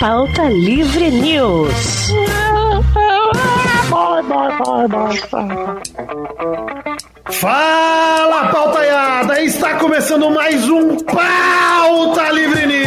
Pauta Livre News. Fala, pautaiada! Está começando mais um Pauta Livre News.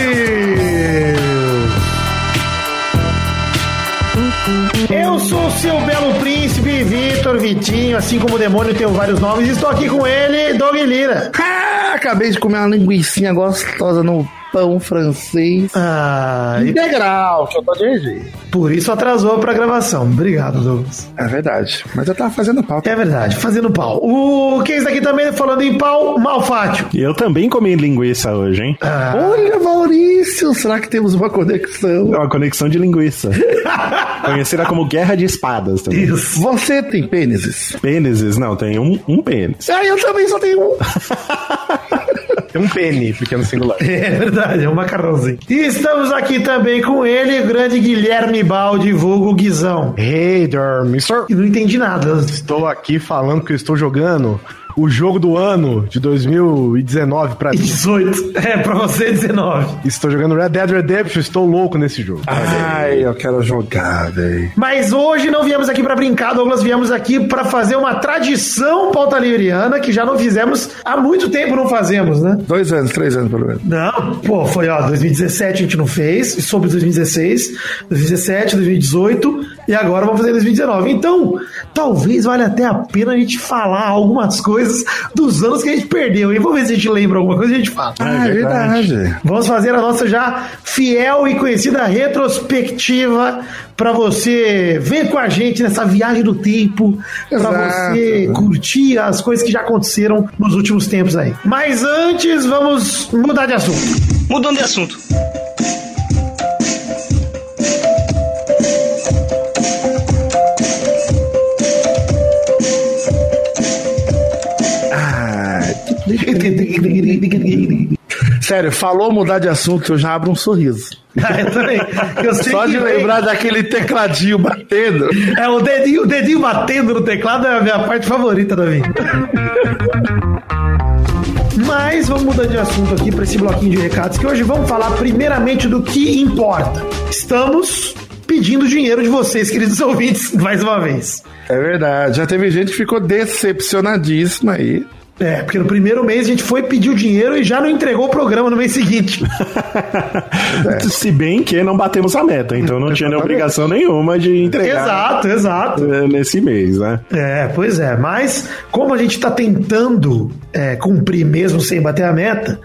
Eu sou o seu belo príncipe, Vitor Vitinho, assim como o demônio tenho vários nomes, estou aqui com ele, Doug Lira. Ah, acabei de comer uma linguiçinha gostosa no pão francês. Ah, e Integral, que eu tô de jeito. por isso atrasou pra gravação. Obrigado, Douglas. É verdade. Mas eu tava fazendo pauta. É verdade, fazendo pau. O quem está aqui também falando em pau, Malfátio. Ah, E eu também comi linguiça hoje, hein? Ah. Olha, Maurício, será que temos uma conexão? É uma conexão de linguiça. Conhecida como guerra de espadas também. Isso. Você tem pênises? Pênises? Não, tem um, um pênis. Ah, eu também só tenho um. Tem um pene, pequeno singular. É verdade, é um macarrãozinho. E estamos aqui também com ele, o grande Guilherme Baldi, vulgo Guizão. Hey there, mister. E não entendi nada. Estou aqui falando que eu estou jogando o jogo do ano de 2019 pra mim. 18. É, pra você 19. Estou jogando Red Dead Redemption, estou louco nesse jogo. Ah, Ai, eu quero jogar, velho. Mas hoje não viemos aqui pra brincar, Douglas, viemos aqui pra fazer uma tradição pauta livriana que já não fizemos há muito tempo, não fazemos, né? Dois anos, três anos pelo menos. Não, pô, foi ó, 2017 a gente não fez, e sobre 2016, 2017, 2018 e agora vamos fazer 2019. Então, talvez valha até a pena a gente falar algumas coisas dos anos que a gente perdeu, hein? Vamos ver se a gente lembra alguma coisa e a gente fala. Ah, é verdade. Vamos fazer a nossa já fiel e conhecida retrospectiva para você ver com a gente nessa viagem do tempo, para Exato. você curtir as coisas que já aconteceram nos últimos tempos aí. Mas antes, vamos mudar de assunto. Mudando de assunto. Sério, falou mudar de assunto, eu já abro um sorriso. Ah, eu também. Eu sei É Só que de vem- lembrar daquele tecladinho batendo. É, o dedinho, o dedinho batendo no teclado é a minha parte favorita da vida. Mas vamos mudar de assunto aqui para esse bloquinho de recados que hoje vamos falar primeiramente do que importa. Estamos pedindo dinheiro de vocês, queridos ouvintes, mais uma vez. É verdade. Já teve gente que ficou decepcionadíssima aí. É, porque no primeiro mês a gente foi pedir o dinheiro e já não entregou o programa no mês seguinte. É. Se bem que não batemos a meta, então não tinha nem obrigação nenhuma de entregar. exato, exato. eh, Nesse mês, né? É, pois é, mas como a gente está tentando é, cumprir mesmo sem bater a meta,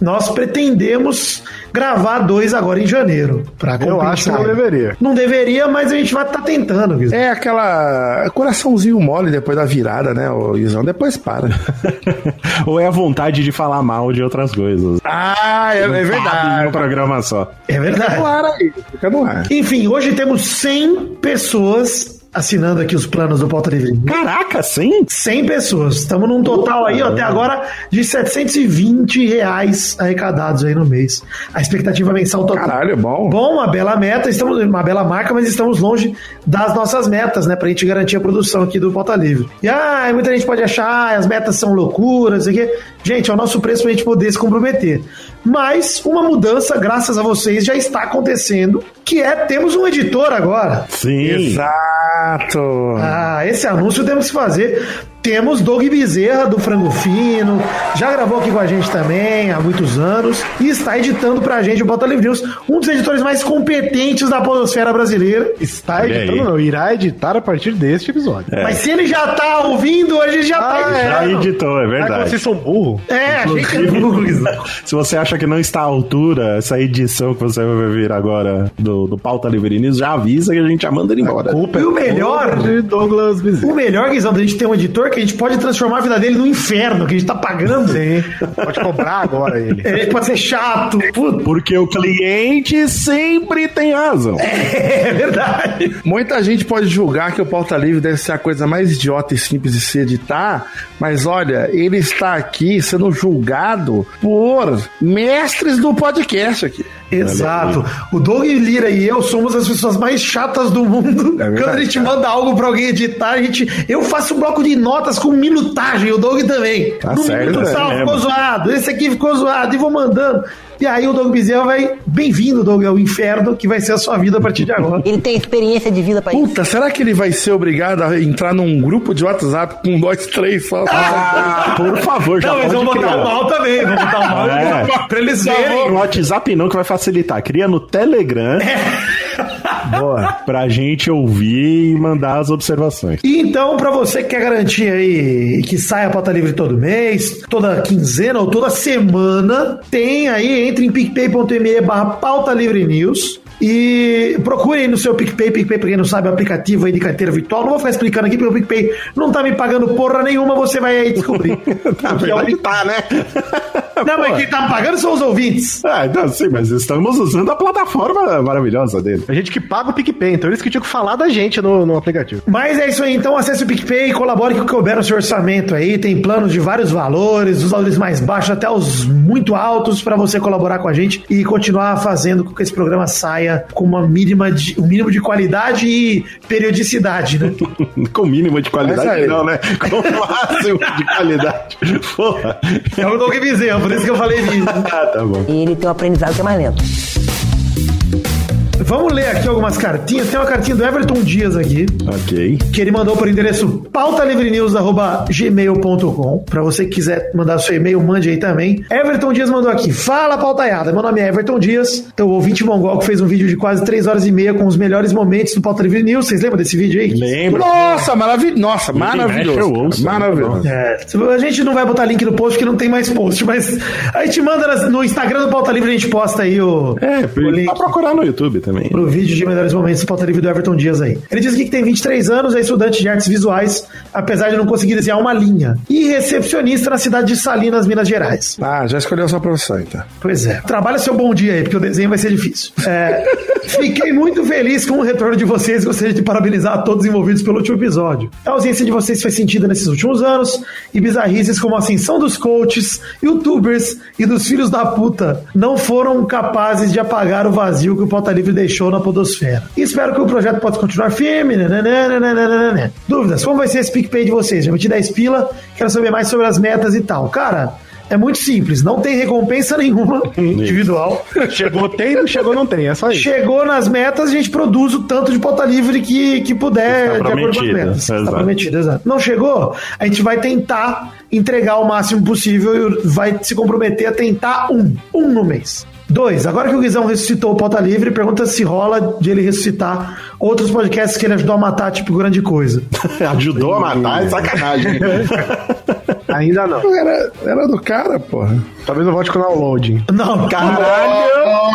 nós pretendemos gravar dois agora em janeiro. Pra Eu compensar. acho que não deveria. Não deveria, mas a gente vai estar tentando, Guizão. É aquela coraçãozinho mole depois da virada, né, o Isão? Depois para. Ou é a vontade de falar mal de outras coisas. ah, é, é Em um verdade. programa só. é verdade. Fica no ar aí, fica no ar. Enfim, hoje temos 100 pessoas assinando aqui os planos do Pauta Livre. Caraca, sim? 100 pessoas. Estamos num total aí, ó, até agora, de 720 reais arrecadados aí no mês. A expectativa mensal total. Caralho, é bom. Bom, uma bela meta, estamos uma bela marca, mas estamos longe das nossas metas, né? Pra gente garantir a produção aqui do Pauta Livre. E ah, muita gente pode achar, ah, as metas são loucuras, não sei o quê. Gente, é o nosso preço pra gente poder se comprometer. Mas uma mudança, graças a vocês, já está acontecendo, que é temos um editor agora. Sim. Exato. Ah, esse anúncio temos que fazer. Temos Doug Bezerra do Frango Fino, já gravou aqui com a gente também há muitos anos e está editando pra gente o Bota Livre News, um dos editores mais competentes da podosfera brasileira. Está Olha editando, aí. É não, irá editar a partir deste episódio. Mas se ele já tá ouvindo, hoje ele já tá Ah, Já editando. editou, é Será que verdade. vocês são burros? É, a gente é burro. Se você acha que não está à altura, essa edição que você vai ver agora do, do Pauta Livre News, já avisa que a gente já manda ele embora. Culpa E é o melhor? toda de Douglas Bezerra. O melhor, Guizão, da gente ter um editor que a gente pode transformar a vida dele num inferno, que a gente tá pagando. Sim. Pode cobrar agora ele. Ele pode ser chato. Puta, Porque o cliente sempre tem razão. é verdade. Muita gente pode julgar que o Pauta Livre deve ser a coisa mais idiota e simples de se editar, mas olha, ele está aqui sendo julgado por mestres do podcast aqui. Exato. O Doug Lira e eu somos as pessoas mais chatas do mundo. É verdade, Quando a gente manda algo pra alguém editar, a gente. Eu faço um bloco de notas com minutagem, o Doug também. Tá no certo, minuto é tal, mesmo. ficou zoado, esse aqui ficou zoado, e vou mandando. E aí o Doug Bezerra vai. Bem-vindo, Doug, ao inferno, que vai ser a sua vida a partir de agora. Ele tem experiência de vida pra isso. Puta, será que ele vai ser obrigado a entrar num grupo de WhatsApp com nós três só? Ah, por favor, já Não, mas pode eu vou um criar. botar o mal também. Vou botar o mal É. pra eles No verem. WhatsApp não, que vai facilitar. Cria no Telegram. É. Boa. Pra gente ouvir e mandar as observações. E então, pra você que quer garantir aí que saia a pauta livre todo mês, toda quinzena ou toda semana, tem aí, entre em picpay.me barra pauta livre news e procure aí no seu PicPay, PicPay, pra quem não sabe, o aplicativo aí de carteira virtual. Não vou ficar explicando aqui porque o PicPay não tá me pagando porra nenhuma, você vai aí descobrir. Na verdade tá, né? não, mas quem tá me pagando são os ouvintes. Ah, então, sim, mas estamos usando a plataforma maravilhosa dele. A gente que paga o PicPay, então eles que tinham que falar da gente no, no aplicativo. Mas é isso aí, então acesse o PicPay e colabore com o que couber no seu orçamento aí. Tem planos de vários valores, dos valores mais baixos até os muito altos, pra você colaborar com a gente e continuar fazendo com que esse programa saia com uma mínima de, um mínimo de qualidade e periodicidade, né? Com mínimo de Essa qualidade, aí. não, né? Com máximo de qualidade. Porra. É o Doug Bezerra, por isso que eu falei disso. Ah, tá bom. E ele tem um aprendizado que é mais lento. Vamos ler aqui algumas cartinhas. Tem uma cartinha do Everton Dias aqui. Ok. que ele mandou para o endereço pautalivrenews.gmail.com. Para você que quiser mandar seu e-mail, mande aí também. Everton Dias mandou aqui. Fala, pautaiada. Meu nome é Everton Dias. Então, o ouvinte mongol que fez um vídeo de quase 3 horas e meia com os melhores momentos do Pauta Livre News. Vocês lembram desse vídeo aí? Lembra? Nossa, maravilhoso. Nossa, mexe, eu maravilhoso. ouço. né? cara. Maravilhoso. É, a gente não vai botar link no post porque não tem mais post, mas a gente manda nas- no Instagram do Pauta Livre, a gente posta aí o, É, o dá pra procurar no YouTube também. pro vídeo de melhores momentos do Pauta Livre do Everton Dias aí. Ele diz aqui que tem 23 anos, é estudante de artes visuais, apesar de não conseguir desenhar uma linha. E recepcionista na cidade de Salinas, Minas Gerais. Ah, já escolheu a sua profissão, então. Pois é. Trabalha seu bom dia aí, porque o desenho vai ser difícil. É, fiquei muito feliz com o retorno de vocês e gostaria de parabenizar a todos envolvidos pelo último episódio. A ausência de vocês foi sentida nesses últimos anos e bizarrices como a ascensão dos coaches, youtubers e dos filhos da puta não foram capazes de apagar o vazio que o Pauta Livre deixou na podosfera. E espero que o projeto possa continuar firme. né, nananã, nananã, nananã. né, Dúvidas? Como vai ser esse PicPay de vocês? Já meti 10 pila, quero saber mais sobre as metas e tal. Cara... É muito simples, não tem recompensa nenhuma individual. Chegou tem, não chegou não tem, é só isso. Chegou nas metas, a gente produz o tanto de pauta livre que, que puder, Está de acordo com as tá prometido, metas. Está exato. prometido, exato. Não chegou? A gente vai tentar entregar o máximo possível e vai se comprometer a tentar um. Um no mês. Dois, agora que o Guizão ressuscitou o Pauta Livre, pergunta se rola de ele ressuscitar outros podcasts que ele ajudou a matar, tipo, grande coisa. Ajudou a matar, é sacanagem. Ainda não. Era, era do cara, porra. Talvez eu volte com o downloading. Não, Caralho!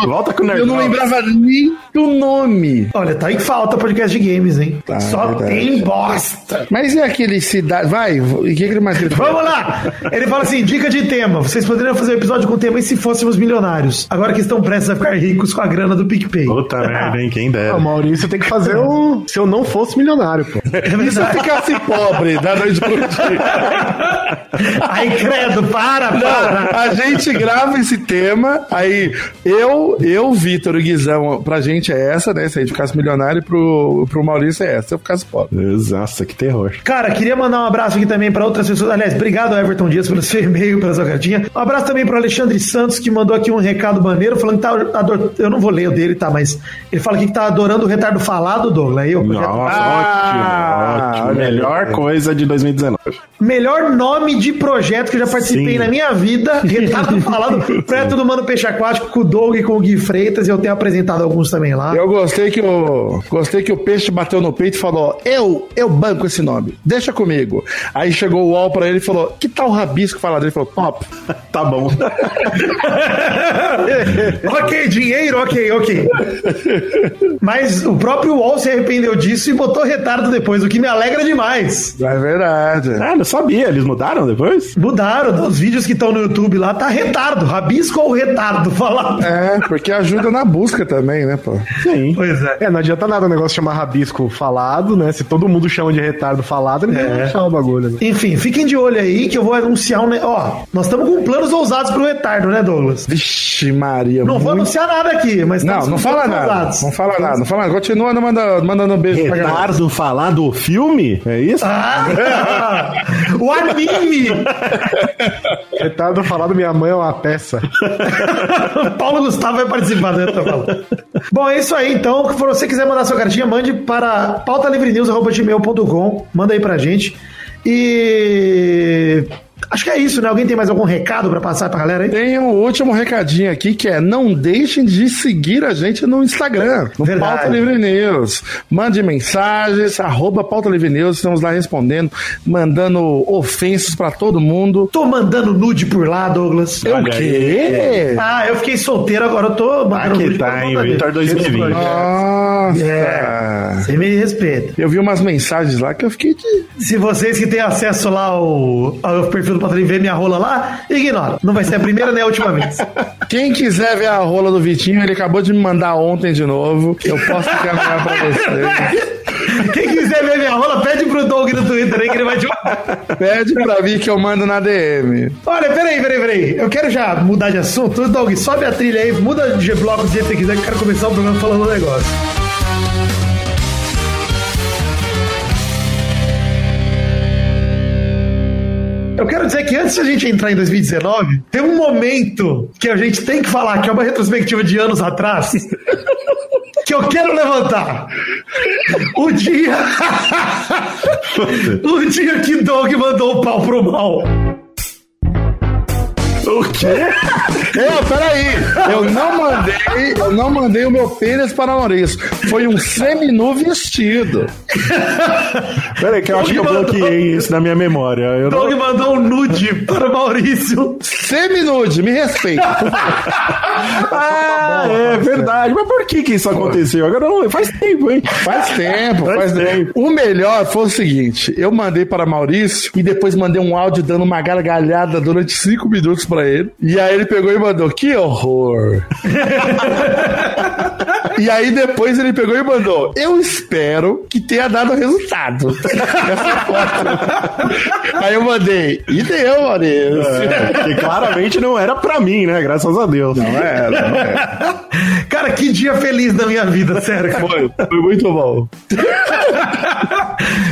Volta com o Eu não lembrava nem do nome. Olha, tá em falta podcast de games, hein? Tá, Só verdade. tem bosta. Mas e aquele cidade. Vai, o que, que ele mais grita? Vamos lá! Ele fala assim: dica de tema. Vocês poderiam fazer um episódio com tema e se fôssemos milionários? Agora que estão prestes a ficar ricos com a grana do PicPay. Puta merda, hein? Quem Ah, dera. Maurício tem que fazer o. Se eu não fosse milionário, pô. É verdade. Ficasse pobre da noite pro dia. Ai, credo, para, para. Não, a gente grava esse tema, aí eu, eu, Vitor e Guizão, pra gente é essa, né? Se a gente ficasse milionário, pro, pro Maurício é essa, se eu ficasse pobre. Nossa, que terror. Cara, queria mandar um abraço aqui também para outras pessoas. Aliás, obrigado, Everton Dias, pelo seu e-mail, pela sua cartinha. Um abraço também para Alexandre Santos, que mandou aqui um recado maneiro, falando que tá. ador- Eu não vou ler o dele, tá? Mas ele fala aqui que tá adorando o retardo falado, Douglas. Aí, o Nossa, projeto Ah, ótimo, olha ótimo. aí. Melhor coisa de 2019. Melhor nome de projeto que eu já participei Sim. na minha vida. Retrato falado. Projeto do Mano Peixe Aquático com o Doug e com o Gui Freitas. e Eu tenho apresentado alguns também lá. Eu gostei que o gostei que o peixe bateu no peito e falou: "Eu, eu banco esse nome. Deixa comigo". Aí chegou o UOL pra ele e falou: "Que tal o rabisco falar dele?" Ele falou: "Top". Tá bom. ok, dinheiro, ok, ok. Mas o próprio UOL se arrependeu disso e botou retardo depois, o que me alegra demais. É verdade. Ah, não sabia, eles mudaram depois? Mudaram, os vídeos que estão no YouTube lá tá retardo, rabisco ou retardo, falar. É, porque ajuda na busca também, né, pô? Sim. Pois é. É, não adianta nada o negócio chamar rabisco falado, né? Se todo mundo chama de retardo falado, ninguém vai achar o bagulho, né? Enfim, fiquem de olho aí que eu vou anunciar um. ne- Ó, nós estamos com planos ousados pro retardo, né, Douglas? Vixe, Maria. Não vou muito- anunciar nada aqui, mas Não, estamos não com fala planos nada. ousados. Não fala nada, não fala nada. Continua manda- mandando um beijo pra galera. Retardo falar do filme? É isso? Ah, o anime! Retardo falado, minha mãe é uma peça. Paulo Gustavo vai participar, né? tô falando. Bom, é isso aí então. Se você quiser mandar sua cartinha, mande para pautalivrenews.gmail.com. Manda aí pra gente. E. Acho que é isso, né? Alguém tem mais algum recado pra passar pra galera aí? Tem um último recadinho aqui que é: não deixem de seguir a gente no Instagram, no Verdade. Pauta Livre News. Mande mensagens, arroba Pauta Livre News, estamos lá respondendo, mandando ofensas pra todo mundo. Tô mandando nude por lá, Douglas. O quê? Ah, eu fiquei solteiro, agora eu tô mandando que nude tá, pra hein, Então, todo mundo. Vitor 2020. Nossa! É. Você me respeita. Eu vi umas mensagens lá que eu fiquei de. Se vocês que têm acesso lá ao, ao perfil do Patrinho vê minha rola lá, ignora. Não vai ser a primeira nem a última vez. Quem quiser ver a rola do Vitinho, ele acabou de me mandar ontem de novo. Eu posso encaminhar pra vocês. Quem quiser ver minha rola, pede pro Doug no Twitter aí que ele vai te mandar. Pede pra mim que eu mando na DM. Olha, peraí, peraí, peraí. Eu quero já mudar de assunto. Doug, sobe a trilha aí, muda de bloco do jeito que você quiser, que eu quero começar o programa falando um negócio. Eu quero dizer que antes da gente entrar em 2019, tem um momento que a gente tem que falar, que é uma retrospectiva de anos atrás, que eu quero levantar. O dia. o dia que Doug mandou o pau pro mal. Eu, peraí, eu não mandei, eu não mandei o meu pênis para Maurício. Foi um seminu vestido. Peraí, que eu acho que Então, eu bloqueei isso na minha memória. Eu não- Doug mandou um nude para o Maurício. Seminude, me respeita. tá Ah, é verdade. Mas por que que isso aconteceu? Agora eu não, faz tempo, hein? Faz tempo, faz, Faz tempo. O melhor foi o seguinte: eu mandei para Maurício e depois mandei um áudio dando uma gargalhada durante cinco minutos para ele. E aí ele pegou e mandou: Que horror! E aí depois ele pegou e mandou: Eu espero que tenha dado resultado. Essa foto. Aí eu mandei, e deu, Maurício. É, que claramente não era pra mim, né? Graças a Deus. Não é, não é. Cara, que dia feliz da minha vida, sério. cara. Foi, foi muito bom.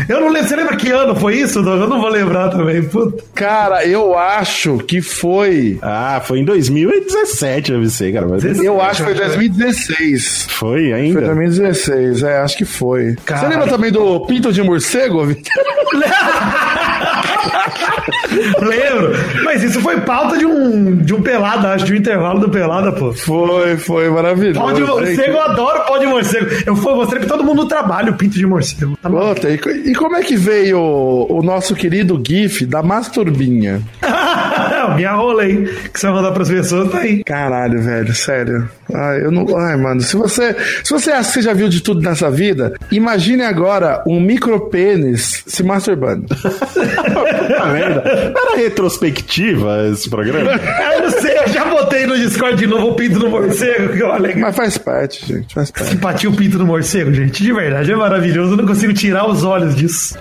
Eu não lembro. Você lembra que ano foi isso, Doug? Eu não vou lembrar também. Puta. Cara, eu acho que foi. Ah, foi em 2017, deve ser, cara. Mas Eu acho que foi 2016. foi Foi ainda. 2016, é, acho que foi. Cara. Você lembra também do Pinto de Morcego, Vitor? Lembro. Mas isso foi pauta de um, de um pelada, acho, de um intervalo do pelada, pô. Foi, foi, maravilhoso. Pau de morcego, é gente. eu adoro pau de morcego. Eu fui- mostrei pra todo mundo no trabalho o pinto de morcego. Tá bom? Puta, e, co- e como é que veio o, o nosso querido GIF da Masturbinha? Minha rola aí, que você vai mandar pras pessoas, tá aí. Caralho, velho, sério. Ai, eu não. Ai, mano, se você. Se você acha que você já viu de tudo nessa vida, imagine agora um micro pênis se masturbando. Puta merda. Tá Era retrospectiva esse programa? Ah, Eu não sei, eu já botei no Discord de novo o pinto do morcego, que eu alegro. Mas faz parte, gente, faz parte. Simpatia o pinto do morcego, gente. De verdade, é maravilhoso. Eu não consigo tirar os olhos disso.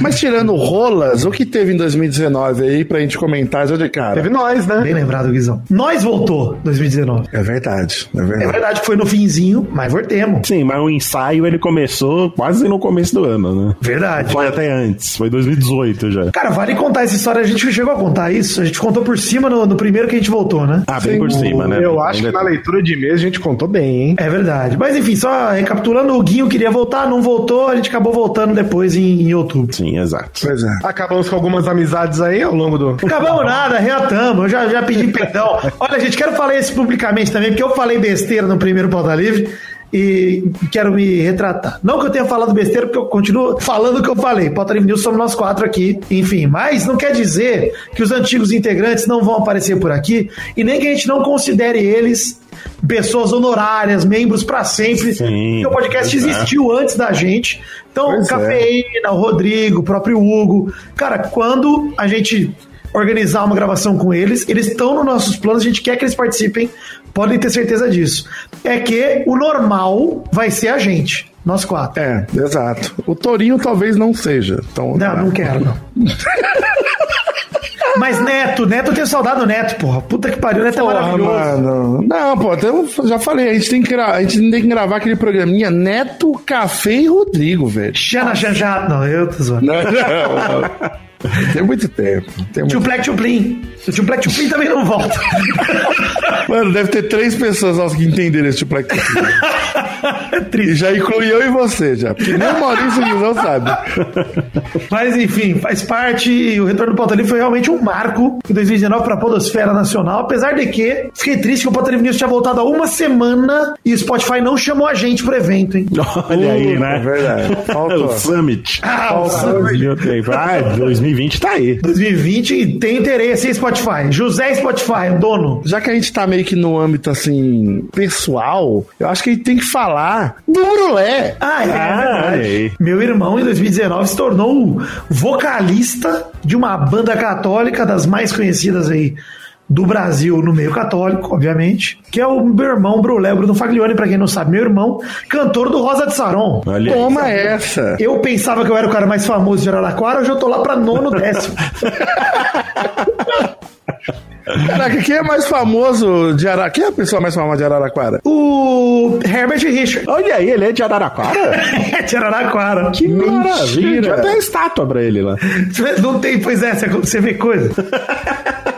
Mas tirando rolas, o que teve em 2019 aí pra gente comentar já de cara? Teve nós, né? Bem lembrado, Guizão. Nós voltou 2019. É verdade, é É verdade. verdade, foi no finzinho, mas voltemos. Sim, mas o ensaio ele começou quase no começo do ano, né? Verdade. Foi até antes, foi 2018 já. Cara, vale contar essa história. A gente chegou a contar isso. A gente contou por cima no, no primeiro que a gente voltou, né? Ah, bem por cima, né? Eu acho que na leitura de mês a gente contou bem, hein? É verdade. Mas enfim, só recapitulando, o Guinho queria voltar, não voltou, a gente acabou voltando depois em, em outubro. Sim, exato. Pois é. Acabamos com algumas amizades aí ao longo do. Acabamos né? nada, reatamos. Eu já, já pedi perdão. Olha, gente, quero falar isso publicamente também, porque eu falei besteira no primeiro Pauta Livre. e quero me retratar. Não que eu tenha falado besteira, porque eu continuo falando o que eu falei. Pauta Livre News somos nós quatro aqui, enfim. Mas não quer dizer que os antigos integrantes não vão aparecer por aqui e nem que a gente não considere eles pessoas honorárias, membros para sempre. Sim, porque o podcast pois é. existiu antes da gente. Então, Né? Pois é. Cafeína, o Rodrigo, o próprio Hugo. Cara, quando a gente organizar uma gravação com eles, eles estão nos nossos planos, a gente quer que eles participem, podem ter certeza disso. É que o normal vai ser a gente, nós quatro. É, exato. O Torinho talvez não seja. Então, Não, não quero, não. Mas Neto, Neto, eu tenho saudade do Neto, porra. Puta que pariu, o Neto é Porra, maravilhoso. mano. Não, pô, até eu já falei, a gente tem que, gra- a gente tem que gravar aquele programinha Neto, Café e Rodrigo, velho. Xana Xanjato, não, eu tô zoando. Não, não. Tem muito tempo. Tem muito... Tio Plec, Tio Plim. O Tio Plec, Tio Plim também não volta. Mano, deve ter três pessoas nossas que entenderam esse tipo É E triste. já inclui eu e você, já. Porque nem o Maurício não sabe. Mas enfim, faz parte. e O retorno do Pauta Livre foi realmente um marco em 2019 para a Podosfera Nacional. Apesar de que fiquei triste que o Pauta Livre News tinha voltado há uma semana e o Spotify não chamou a gente pro evento, hein? Olha aí, né? É verdade. o Faltou. Summit. Ah, o Summit. 2020. Ah, 2020 tá aí. 2020 e tem interesse em Spotify. José Spotify, dono. Já que a gente tá meio que no âmbito, assim, pessoal, eu acho que a gente tem que falar do Brulé. Ah, é. Ah, verdade. olha aí. Meu irmão, em 2019, se tornou o vocalista de uma banda católica, das mais conhecidas aí do Brasil, no meio católico, obviamente, que é o meu irmão Brulé, o Bruno Faglione, pra quem não sabe, meu irmão, cantor do Rosa de Saron. Olha aí. Toma essa. Eu pensava que eu era o cara mais famoso de Araraquara, hoje eu tô lá pra nono décimo. Caraca, quem é mais famoso de Araraquara? Quem é a pessoa mais famosa de Araraquara? O Herbert Richard, Olha aí, ele é de Araraquara? de Araraquara. Que Mentira. maravilha. Tinha até estátua pra ele lá. Não tem, pois é, você vê coisa.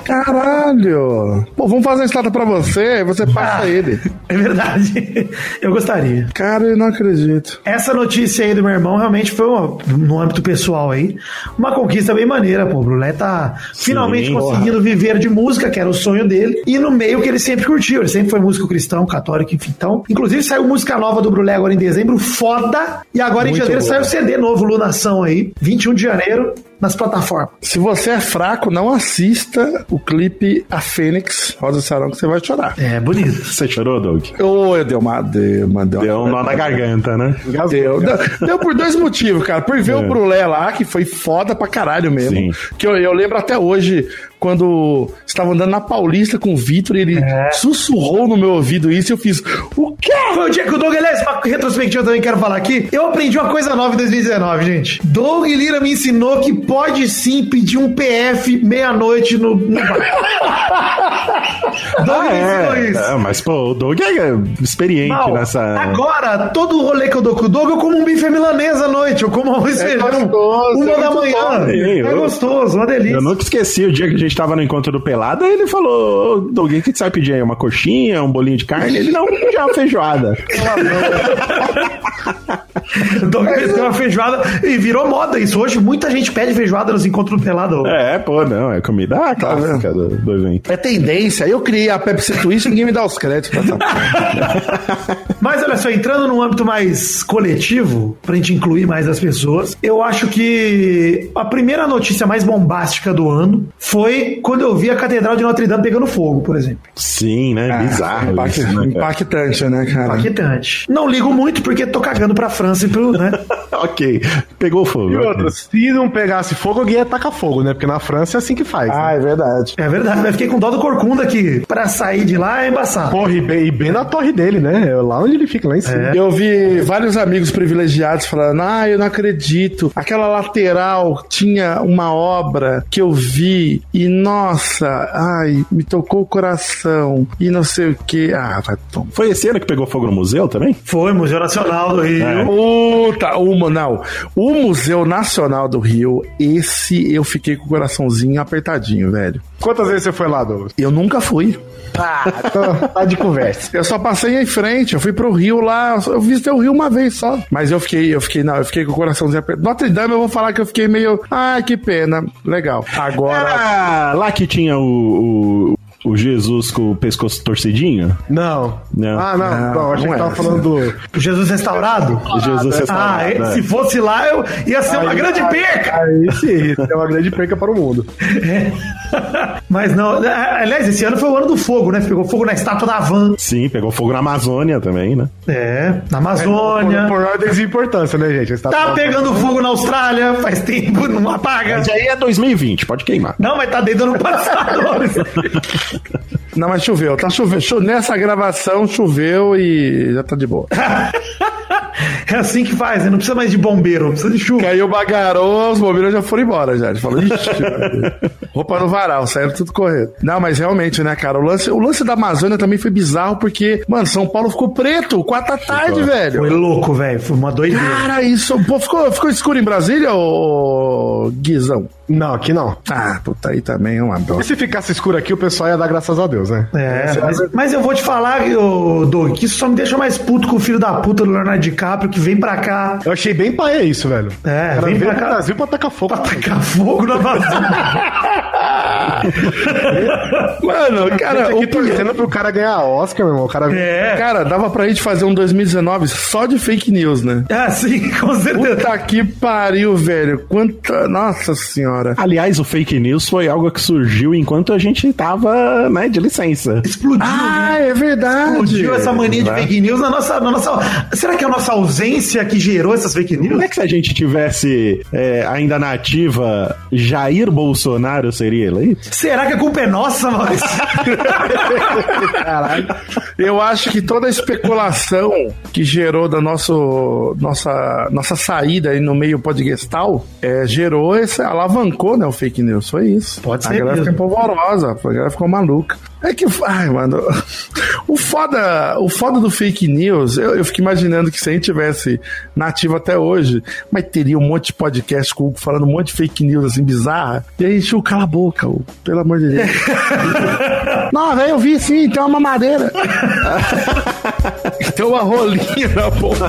Caralho. Pô, vamos fazer uma estátua pra você, aí você Ah. passa ele. É verdade. Eu gostaria. Cara, eu não acredito. Essa notícia aí do meu irmão realmente foi uma- no âmbito pessoal aí, uma conquista bem maneira, pô. O Brulé tá finalmente porra. conseguindo viver de música, que era o sonho dele, e no meio que ele sempre curtiu. Ele sempre foi músico cristão, católico, enfim. Então, inclusive saiu música nova do Brulé agora em dezembro, foda. E agora em janeiro saiu o CD novo, Lunação aí, 21 de janeiro, nas plataformas. Se você é fraco, não assista o clipe A Fênix, Rosa Sarão, que você vai chorar. É, bonito. Você chorou, Doug? Ô, eu dei uma. Deu, uma- deu, uma- Deu um nó na garganta, né? Deu, deu, deu por dois motivos, cara. Por ver o Brulé lá, que foi foda pra caralho mesmo. É. Sim. Que eu, eu lembro até hoje, quando estava andando na Paulista com o Vitor, ele sussurrou no meu ouvido isso e eu fiz. O quê? Foi o dia que o Doug, aliás, uma retrospectiva também quero falar aqui. Eu aprendi uma coisa nova em 2019, gente. Doug Lira me ensinou que pode sim pedir um PF meia-noite no, no bar. Doug me ensinou isso. Ah, mas, pô, o Doug é experiente Mal, nessa. Agora, todo rolê que eu dou com o Doug, eu como um bife milanesa à noite. Eu como um arroz e feijão. É gostoso, uma é da muito manhã. bom. É, Eu- gostoso, uma delícia. Eu nunca esqueci o dia que a gente tava no encontro do Pelada ele falou: "Ô, Doug, o que você vai pedir aí? Uma coxinha, um bolinho de carne? Ele não, já uma feijoada. O Doug fez uma feijoada e virou moda isso. Hoje, muita gente pede feijoada nos encontros do Pelado. É, pô, não, é comida clássica do, do evento. É tendência. Eu criei a Pepsi Twist e ninguém me dá os créditos pra essa porra. Mas olha só, entrando num âmbito mais coletivo, pra gente incluir mais as pessoas, eu acho que a primeira notícia mais bombástica do ano foi quando eu vi a Catedral de Notre Dame pegando fogo, por exemplo. Sim, né? Bizarro. Impact- isso, né, cara? impactante, né, cara? Paquetante. Não ligo muito porque tô cagando pra França e pro. Né? ok, pegou fogo. E outra, se não pegasse fogo, alguém ia tacar fogo, né? Porque na França é assim que faz. Ah, né? é verdade. É verdade, mas fiquei com dó do Corcunda que pra sair de lá é embaçado. Porra, e bem, e bem na torre dele, né? É Lá onde ele fica, lá em cima. Eu vi vários amigos privilegiados falando: Ah, eu não acredito. Aquela lateral tinha uma obra que eu vi e, nossa, ai, me tocou o coração e não sei o que. Ah, vai tomar. Foi esse ano que pegou fogo no museu também? Foi, Museu Nacional do Rio. É. Puta, o, não. o Museu Nacional do Rio, esse eu fiquei com o coraçãozinho apertadinho, velho. Quantas vezes você foi lá, Douglas? Eu nunca fui. Tá, tá de conversa. Eu só passei em frente, eu fui pro Rio lá, eu visitei o Rio uma vez só. Mas eu fiquei, eu fiquei, não, eu fiquei com o coraçãozinho apertado. Notre Dame eu vou falar que eu fiquei meio, ah, que pena. Legal. Agora, Era lá que tinha o, o, O Jesus com o pescoço torcidinho? Não. Não. Ah, não. Não, Não, achei não que é tava essa. falando do. O Jesus restaurado? O Jesus Ah, restaurado. se é. fosse lá, eu ia ser uma grande perca! Aí sim, é uma grande perca para o mundo. É. Mas não, é, aliás, esse ano foi o ano do fogo, né? Pegou fogo na estátua da van. Sim, pegou fogo na Amazônia também, né? É, na Amazônia. Por, por ordens de importância, né, gente? Esse Tá pegando fogo na Austrália, faz tempo, não apaga. Mas aí é 2020, pode queimar. Não, mas tá desde o ano passado. Não, mas choveu, tá chovendo. Cho- Nessa gravação choveu e já tá de boa. É assim que faz, né? Não precisa mais de bombeiro, precisa de chuva. Caiu bagarô, os bombeiros já foram embora, já. A gente falou, ixi, velho. roupa no varal, saíram tudo correndo. Não, mas realmente, né, cara, o lance, o lance da Amazônia também foi bizarro, porque, mano, São Paulo ficou preto, quatro da tarde, Foi velho. louco, velho. Foi uma doideira. Cara, isso, pô, ficou, ficou escuro em Brasília, ô Guizão? Não, aqui não. Ah, puta, aí também é uma E droga. se ficasse escuro aqui, o pessoal ia dar graças a Deus, né? É, mas, mas eu vou te falar, ô, Doug, que isso só me deixa mais puto com o filho da puta do Leonardo DiCaprio que vem pra cá Eu achei bem paia isso, velho. É, O cara vem pra pro cá. Brasil pra tacar fogo. pra tacar fogo na Amazônia. Mano, Cara, cara, aqui tá- o torcendo pro cara ganhar Oscar, meu irmão. O cara É. Cara, dava pra gente fazer um 2019 só de fake news, né? É, sim, com certeza. Puta que pariu, velho. Quanta. Nossa senhora. Aliás, o fake news foi algo que surgiu enquanto a gente tava, né, de licença. Explodiu. Ah, é verdade. Explodiu Um essa mania de fake news na nossa, na nossa. Será que é a nossa ausência que gerou essas fake Como news? é que se a gente tivesse é, ainda na ativa, Jair Bolsonaro seria eleito? Será que a culpa é nossa, mas Eu acho que toda a especulação que gerou da nosso, nossa, nossa saída aí no meio podcastal é, gerou, esse, alavancou né, o fake news. Foi isso. Pode A ser galera mesmo. ficou polvorosa, a galera ficou maluca. É que, ai, mano, o foda, o foda do fake news, eu, eu fico imaginando que se a gente tivesse nativo até hoje, mas teria um monte de podcast com o Hugo falando um monte de fake news assim bizarra. E aí, tio, cala a boca, Hugo, pelo amor de Deus. Não, velho, eu vi sim, tem uma mamadeira. tem uma rolinha na ponta.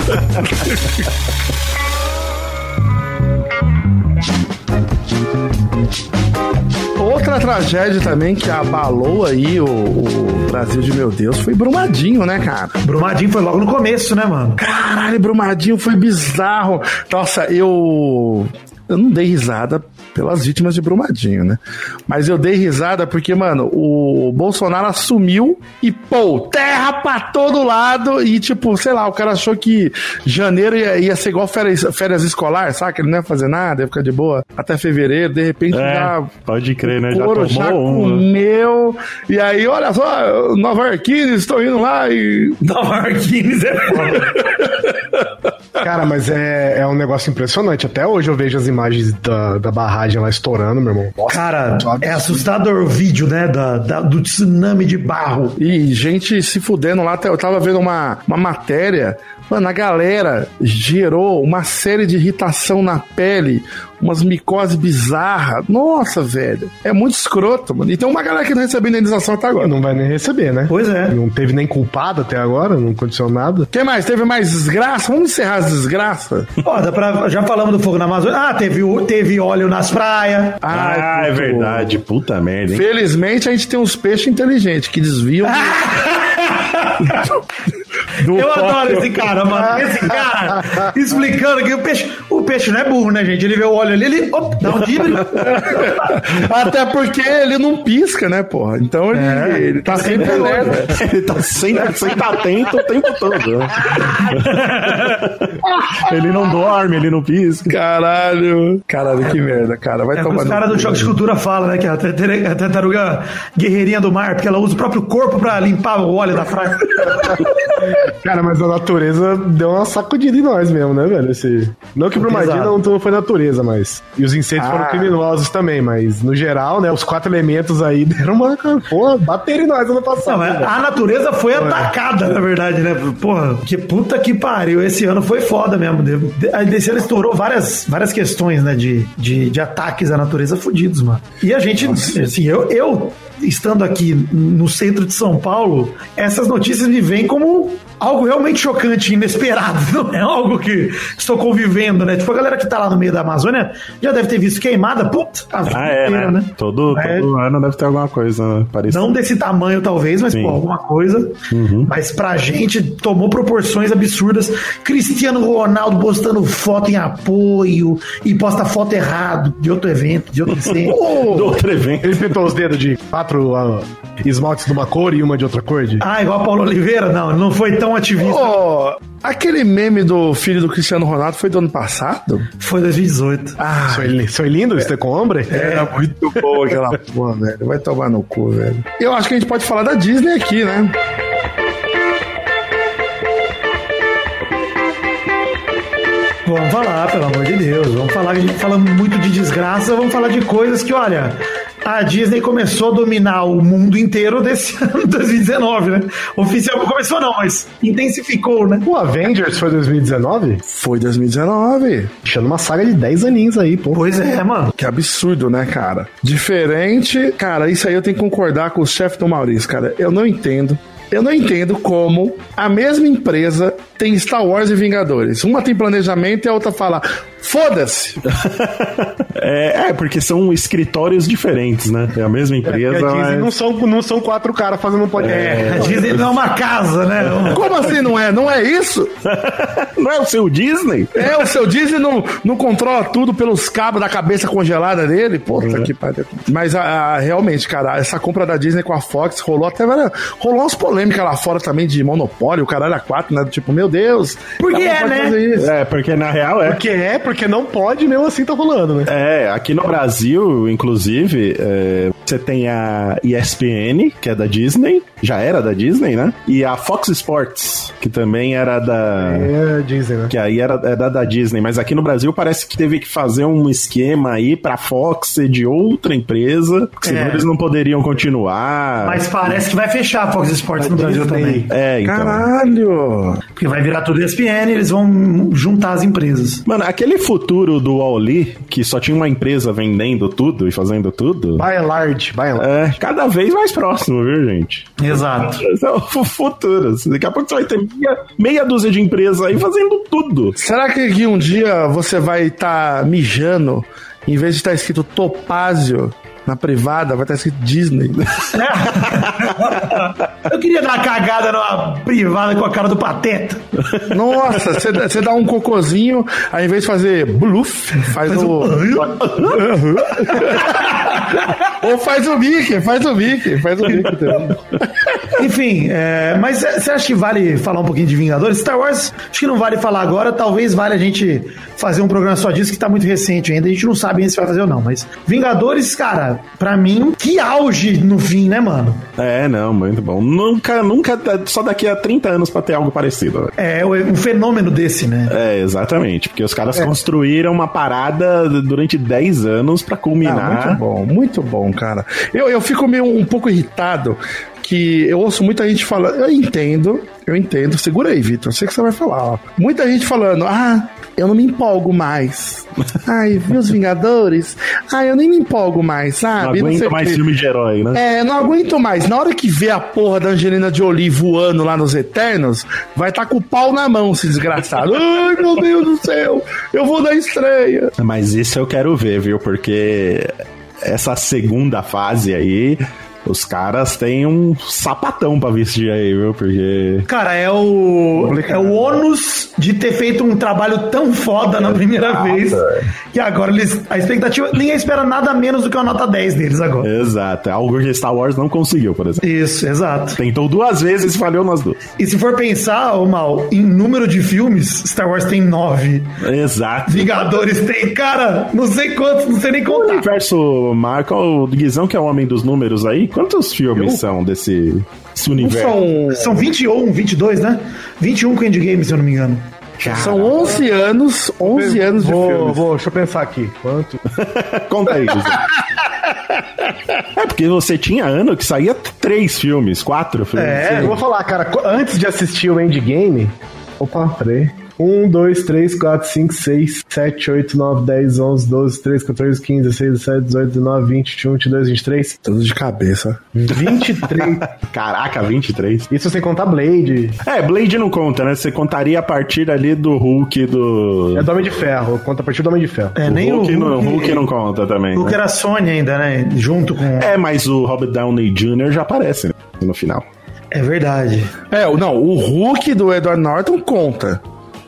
Outra tragédia também que abalou aí o, o Brasil de meu Deus foi Brumadinho, né, cara? Brumadinho foi logo no começo, né, mano? Caralho, Brumadinho foi bizarro. Nossa, eu. Eu não dei risada pelas vítimas de Brumadinho, né? Mas eu dei risada porque, mano, o Bolsonaro assumiu e, pô, terra pra todo lado e, tipo, sei lá, o cara achou que janeiro ia, ia ser igual férias, férias escolares, saca? Ele não ia fazer nada, ia ficar de boa até fevereiro, de repente já pode crer, né? É, Já couro já tomou um. né? comeu. E aí, olha só, Nova Arquines estão indo lá e. Nova Arquines é foda. Cara, mas é, é um negócio impressionante. Até hoje eu vejo as imagens da, da barragem lá estourando, meu irmão. Nossa, Cara, que absurdo. é assustador o vídeo, né? Da, da- do tsunami de barro. E gente se fudendo lá. Eu tava vendo uma, uma matéria. Mano, a galera gerou uma série de irritação na pele, umas micoses bizarras. Nossa, velho. É muito escroto, mano. E tem uma galera que não recebeu indenização até agora. Não vai nem receber, né? Pois é. Não teve nem culpado até agora, não aconteceu nada. Quem mais? Teve mais desgraça? Vamos encerrar as desgraças? Ó, dá pra, já falamos do fogo na Amazônia. Ah, teve, o- teve óleo nas praias. Ai, Ah, é puto. verdade. Puta merda, hein? Felizmente a gente tem uns peixes inteligentes que desviam. Eu adoro esse cara, mano. Esse cara explicando que o peixe. O peixe não é burro, né, gente? Ele vê o óleo ali, ele op, dá um díbrio. Até porque ele não pisca, né, porra? Então ele, É. ele tá sempre alerta. Ele tá sempre, sempre atento o tempo todo. né? ele não dorme, ele não pisca. Caralho. Caralho, que merda, cara. Vai É o que tomar. os no caras cu. do Choque de Cultura falam, né? Que a tartaruga, a tartaruga guerreirinha do mar, porque ela usa o próprio corpo pra limpar o óleo da praia. Cara, mas a natureza deu uma sacudida em nós mesmo, né, velho? Esse... Não que Brumadinho Pesado. não, não foi natureza, mas... E os incêndios Ah. foram criminosos também, mas no geral, né, os quatro elementos aí deram uma... Porra, bateram em nós ano Não, é- passado. mas velho. a natureza foi atacada, na verdade, né? Porra, que puta que pariu. Esse ano foi foda mesmo. De- A DC ela estourou várias, várias questões, né? De, de, de ataques à natureza fudidos, mano. E a gente, assim, eu, eu estando aqui no centro de São Paulo, essas notícias me vêm como algo realmente chocante, inesperado. Não é algo que estou convivendo, né? Tipo, a galera que tá lá no meio da Amazônia já deve ter visto queimada. Puta, a vida Ah, é, inteira, né? Todo, É. todo ano deve ter alguma coisa né? parecida. Não desse tamanho, talvez, mas Sim. pô, alguma coisa. Mas pra gente tomou proporções absurdas. Cristiano Ronaldo postando foto em apoio e posta foto errado de outro evento, de outro incêndio. Do outro evento. Ele pintou os dedos de quatro ah, esmaltes de uma cor e uma de outra cor? De... Ah, igual a Paulo Oliveira? Não, ele não foi tão ativista. Pô, aquele meme do filho do Cristiano Ronaldo foi do ano passado? Foi 2018. Ah, Soy, li- soy É. lindo, estou com hombre? era muito boa aquela porra, velho. Vai tomar no cu, velho. Eu acho que a gente pode falar da Disney aqui, né? Vamos falar, pelo amor de Deus. Vamos falar, que a gente fala muito de desgraça, vamos falar de coisas que, olha, a Disney começou a dominar o mundo inteiro desse ano 2019, né? Oficialmente começou não, mas intensificou, né? O Avengers foi 2019? Foi 2019. Fechando uma saga de 10 aninhos aí, pô. Pois é, mano. Que absurdo, né, cara? Diferente. Cara, isso aí eu tenho que concordar com o chefe do Maurício, cara. Eu não entendo. Eu não entendo como a mesma empresa tem Star Wars e Vingadores. Uma tem planejamento e a outra fala: foda-se! É, é, porque são escritórios diferentes, né? É a mesma empresa, Porque a Disney mas... não são, não são quatro caras fazendo um podcast. A Disney não é uma casa, né? Como assim não é? Não é isso? não é o seu Disney? É, o seu Disney não, não controla tudo pelos cabos da cabeça congelada dele? Puta É. que pariu. Mas a- a- realmente, cara, essa compra da Disney com a Fox rolou até. Rolou umas polêmicas lá fora também de monopólio, o caralho a quatro, né? Tipo, meu Deus. Porque ela não é, pode né? fazer isso. É, porque na real é. Porque é, porque não pode, mesmo assim tá rolando, né? É, aqui no Brasil, inclusive, é, você tem a ESPN, que é da Disney, já era da Disney, né? E a Fox Sports, que também era da. É, Disney, né? Que aí era, era da Disney, mas aqui no Brasil parece que teve que fazer um esquema aí pra Fox ser de outra empresa, porque senão É. eles não poderiam continuar. Mas parece que vai fechar a Fox Sports no Brasil Disney. também. É, então. Caralho! Porque vai virar tudo ESPN, eles vão juntar as empresas. Mano, aquele futuro do Wall-E, que só tinha uma empresa vendendo tudo e fazendo tudo, By and large, by and large. é cada vez mais próximo, viu, gente? Exato. Esse é o fu- futuro. Daqui a pouco você vai ter meia, meia dúzia de empresas aí fazendo tudo. Será que aqui um dia você vai estar mijando, em vez de estar escrito Topázio na privada, vai estar escrito Disney? Eu queria dar uma cagada numa privada com a cara do Pateta. Nossa, você dá- você dá um cocôzinho, ao invés de fazer bluf, faz um o. Ou faz o Mickey, faz o Mickey, faz o Mickey também. Enfim, é, mas você acha que vale falar um pouquinho de Vingadores? Star Wars, acho que não vale falar agora. Talvez vale a gente fazer um programa só disso, que tá muito recente ainda. A gente não sabe ainda se vai fazer ou não. Mas Vingadores, cara, pra mim, que auge no fim, né, mano? É, não, muito bom. Nunca, nunca, tá, só daqui a 30 anos pra ter algo parecido. É um fenômeno desse, né? É, exatamente, porque os É. caras construíram uma parada durante 10 anos pra Ah, culminar. muito bom, muito bom, cara. Eu, eu fico meio um pouco irritado que eu ouço muita gente falando. Eu entendo, eu entendo. Segura aí, Vitor. Eu sei que você vai falar. Ó. Muita gente falando, ah, eu não me empolgo mais. Ai, vi os Vingadores? Ah, eu nem me empolgo mais, não sabe? sei aguento o mais quê." filme de herói, né? É, não aguento mais. Na hora que vê a porra da Angelina Jolie voando lá nos Eternos, vai estar com o pau na mão, esse desgraçado. Ai, meu Deus do céu, eu vou na estreia. Mas isso eu quero ver, viu? Porque essa segunda fase aí, os caras têm um sapatão pra vestir aí, viu? Porque. Cara, é o, é o ônus de ter feito um trabalho tão foda na primeira vez. Que agora eles. A expectativa. Ninguém espera nada menos do que uma nota 10 deles agora. Exato, é algo que Star Wars não conseguiu, por exemplo. Isso, exato. Tentou duas vezes e falhou nas duas. E se for pensar, ô Mal, em número de filmes, Star Wars tem nove. Exato. Vingadores tem, cara, não sei quantos, não sei nem O contar. universo Marco, o Guizão, que é o homem dos números aí, quantos filmes são desse, desse universo? São, São 21, 22, né? 21 com Endgame, se eu não me engano. são 11 anos, É 11 anos de Vou, filme. vou, deixa eu pensar aqui. Quanto? Conta aí, Guizão. É porque você tinha ano que saía três filmes, quatro filmes. É, eu vou falar, cara, co- antes de assistir o Endgame. Opa, peraí. 1, 2, 3, 4, 5, 6, 7, 8, 9, 10, 11, 12, 13, 14, 15, 16, 17, 18, 19, 20, 21, 22, 23, Tudo de cabeça. 23. Caraca, 23. Isso sem contar Blade. É, Blade não conta, né? Você contaria a partir ali do Hulk e do. É do Homem de Ferro, conta a partir do Homem de Ferro. É, o nem Hulk, o é, não, Hulk não conta também. Hulk né? era Sony ainda, né? Junto com. É, É, mas o Robert Downey Jr. já aparece né? no final. verdade. É, o- não, o Hulk do Edward Norton conta.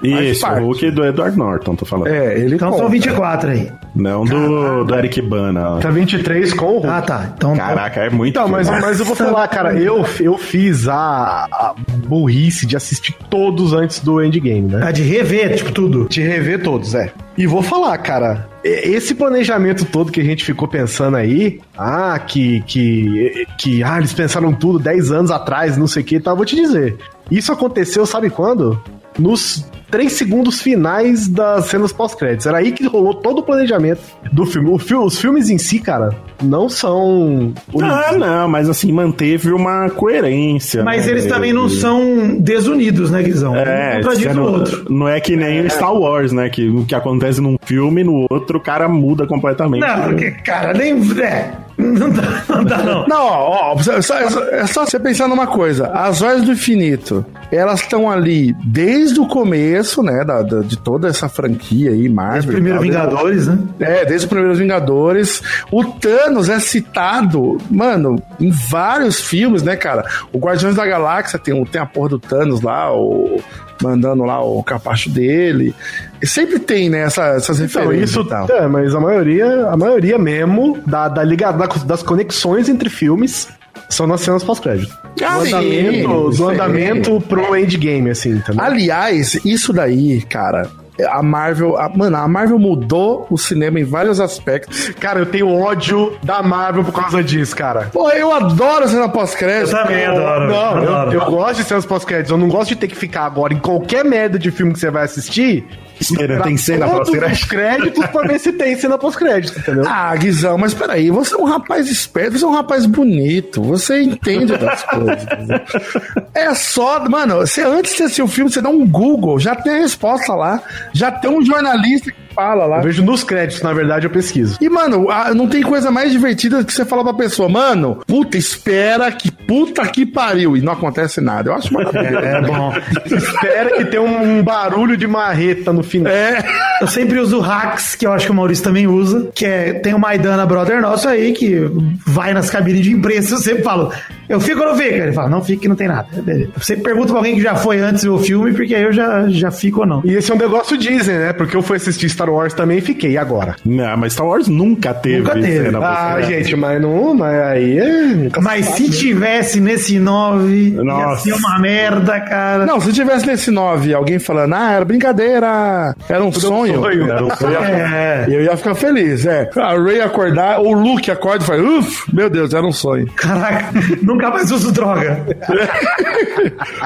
Isso, parte. o Hulk é do Edward Norton, tô falando. É, ele Então conta. são 24 aí. Não do, do Eric Bana. Tá 23 com o Hulk. Ah, tá. Então. Caraca, é muito. Então, mas, mas eu vou falar, cara, eu, eu fiz a, a burrice de assistir todos antes do endgame, né? Ah, de rever, tipo, tudo. De rever todos, é. E vou falar, cara, e- esse planejamento todo que a gente ficou pensando aí, ah, que, que, que ah, eles pensaram tudo 10 anos atrás, não sei o que, tá, vou te dizer. Isso aconteceu, sabe quando? Nos três segundos finais das cenas pós-créditos. Era aí que rolou todo o planejamento do filme. O fi- os filmes em si, cara, não são... Ah, não, mas assim, manteve uma coerência. Mas né? eles também não são desunidos, né, Guizão? um É, contradiz você o não, outro. não é que nem o Star Wars, né? Que o que acontece num filme, no outro, o cara muda completamente. Não, porque, cara, nem. É, não dá, não dá, não. Não, ó, ó, é só, é só- é só você pensar numa coisa. As joias do infinito, elas estão ali desde o começo, né, da- da- de toda essa franquia aí, Marvel. Os e primeiros tal. Vingadores, né? É, desde os primeiros Vingadores. O Thanos é citado, mano, em vários filmes, né, cara? O Guardiões da Galáxia tem, o- tem a porra do Thanos lá, o, mandando lá o capacho dele. E sempre tem, né, essa- essas Então, referências. isso e tal. tá- é, mas a maioria, a maioria mesmo da, da liga, da- das conexões entre filmes são nas cenas pós-crédito. Ah, do sim, andamento, sim. do andamento pro endgame, assim, também. Aliás, isso daí, cara. A Marvel, a- mano, a Marvel mudou o cinema em vários aspectos. Cara, eu tenho ódio da Marvel por causa disso, cara. Pô, eu adoro cena pós-crédito. Eu também adoro. Não, eu, Adoro. eu gosto de cenas pós-créditos. Eu não gosto de ter que ficar agora em qualquer merda de filme que você vai assistir. Espera, pra tem cena todos pós-crédito? os créditos pra ver se tem cena pós-crédito, entendeu? Ah, Guizão, mas peraí, você é um rapaz esperto, você é um rapaz bonito, você entende das coisas. É só, mano, você, antes de assistir o filme, você dá um Google, já tem a resposta lá, já tem um jornalista que fala lá. Eu vejo nos créditos, na verdade, eu pesquiso. E, mano, a- não tem coisa mais divertida que você falar pra pessoa, mano, puta, espera que puta que pariu. E não acontece nada. Eu acho maravilhoso. É bom. Espera que tenha um, um barulho de marreta no final. Eu sempre uso o hacks, que eu acho que o Maurício também usa, que é, tem o Maidana Brother nosso aí, que vai nas cabines de imprensa, eu sempre falo, eu fico ou não fico? Ele fala, não fica que não tem nada. Beleza. Eu sempre pergunto pra alguém que já foi antes do filme, porque aí eu já, já fico ou não. E esse é um negócio Disney, né? Porque eu fui assistir Star Wars também e fiquei e agora. Não, mas Star Wars nunca teve Nunca teve. cena Ah, pós-crédito. gente, mas não, mas aí é. Mas se tivesse nesse 9, ia Nossa. ser uma merda, cara. Não, se tivesse nesse 9 alguém falando, ah, era brincadeira, era um sonho. né? Era um sonho. É, Eu ia ficar feliz, é. A Ray acordar, ou o Luke acorda e fala, uff, meu Deus, era um sonho. caraca, nunca mais uso droga.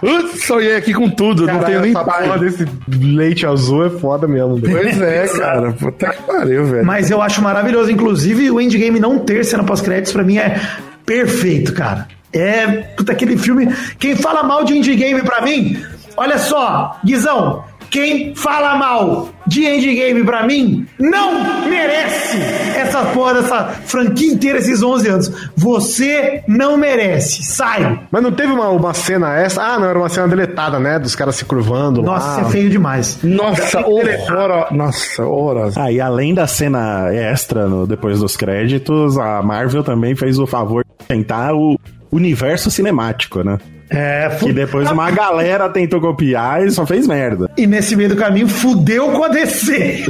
Uff, sonhei aqui com tudo, não tenho nem essa porra pai. desse leite azul é foda mesmo. velho. Pois é, cara, puta que pariu, velho. Mas eu acho maravilhoso. Inclusive, o Endgame não ter cena pós-créditos, pra mim, é perfeito, cara. É, puta, aquele filme... Quem fala mal de Endgame pra mim... Olha só, Guizão, quem fala mal de Endgame pra mim não merece essa porra, essa franquia inteira, esses 11 anos. Você não merece. Sai. Mas não teve uma, uma cena essa? Ah, não, era uma cena deletada, né? Dos caras se curvando. lá. Nossa, isso é feio demais. Nossa, horror, nossa, horas. Ah, e além da cena extra no- depois dos créditos, a Marvel também fez o favor de tentar o universo cinemático, né? É, fu- Que depois uma galera tentou copiar e só fez merda. E nesse meio do caminho, fudeu com a DC.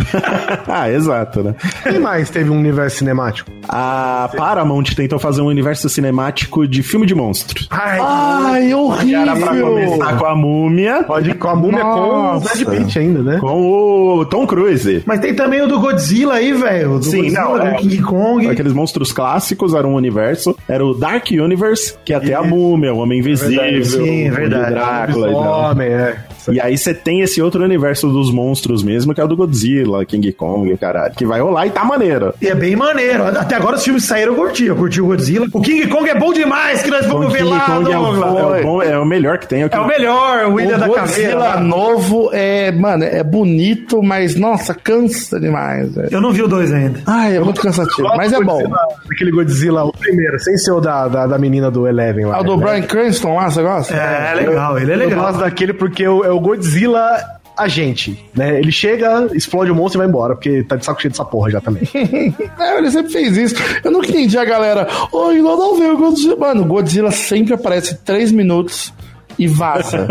ah, exato, né? Quem mais teve um universo cinemático? A Paramount tentou fazer um universo cinemático de filme de monstro. Ai, Ai, Era pra horrível. começar com a múmia, pode ir com a múmia com o Nossa. Brad Pitt ainda, né? com o Tom Cruise. Mas tem também o do Godzilla aí, velho. Do Sim, Godzilla, não, do é. King Kong. Aqueles monstros clássicos era um universo, era o Dark É Universe, que até a múmia, o Homem Invisível, Sim, o verdade. Drácula e tal. Homem, é. E aí você tem esse outro universo dos monstros mesmo, que é o do Godzilla, King Kong, caralho, que vai rolar e tá maneiro. E é bem maneiro. Até agora os filmes que saíram eu curti. Eu curti o Godzilla. O King Kong é bom demais, que nós vamos Kong- ver King lá, Kong é o, Douglas. é o bom- é o melhor que tem. É o, que- É o melhor, o Ilha o da Godzilla Caveira. novo é, mano, é bonito, mas nossa, cansa demais, velho. Eu não vi o dois ainda. Ai, é muito cansativo, Gosto mas é do bom. Godzilla, Aquele Godzilla, o primeiro, sem ser o da, da, da menina do Eleven lá. Ah, o do né? Brian Cranston lá, você gosta? É, legal, ele é Eu legal. gosto daquele porque é o, é o Godzilla agente, né? Ele chega, explode o monstro e vai embora, porque tá de saco cheio dessa porra já também. É, ele sempre fez isso. Eu nunca entendi a galera. Oi, não, não veio o Godzilla. Mano, o Godzilla sempre aparece três minutos e vaza.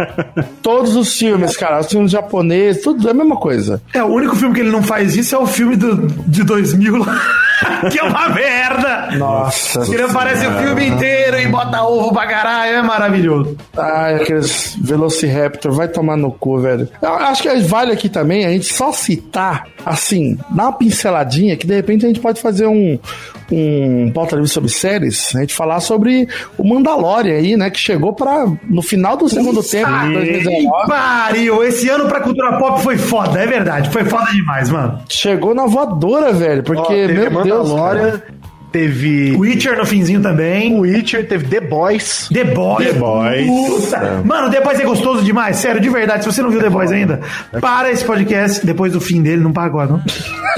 Todos os filmes, cara. Os filmes japoneses, tudo é a mesma coisa. É, o único filme que ele não faz isso é o filme do, de 2000, lá, que é uma merda. Nossa. Ele aparece o filme inteiro e bota ovo pra caralho, é maravilhoso. Ai, aqueles Velociraptor, vai tomar no cu, velho. Eu acho que vale aqui também a gente só citar, assim, dar uma pinceladinha, que de repente a gente pode fazer um, um pauta livre sobre séries, a gente falar sobre o Mandalorian aí, né, que chegou pra, no final do segundo tempo de 2019, Pariu, esse ano pra cultura pop foi foda, é verdade, foi foda demais, mano. chegou na voadora, velho, Ó, porque, teve meu Deus, cara, Mandalorian, teve Witcher no finzinho também. Witcher, teve The Boys. The Boys. The Boys. Puta. Mano, The Boys é gostoso demais, sério, de verdade. Se você não viu The Boys ainda, para esse podcast depois do fim dele, não para agora, não.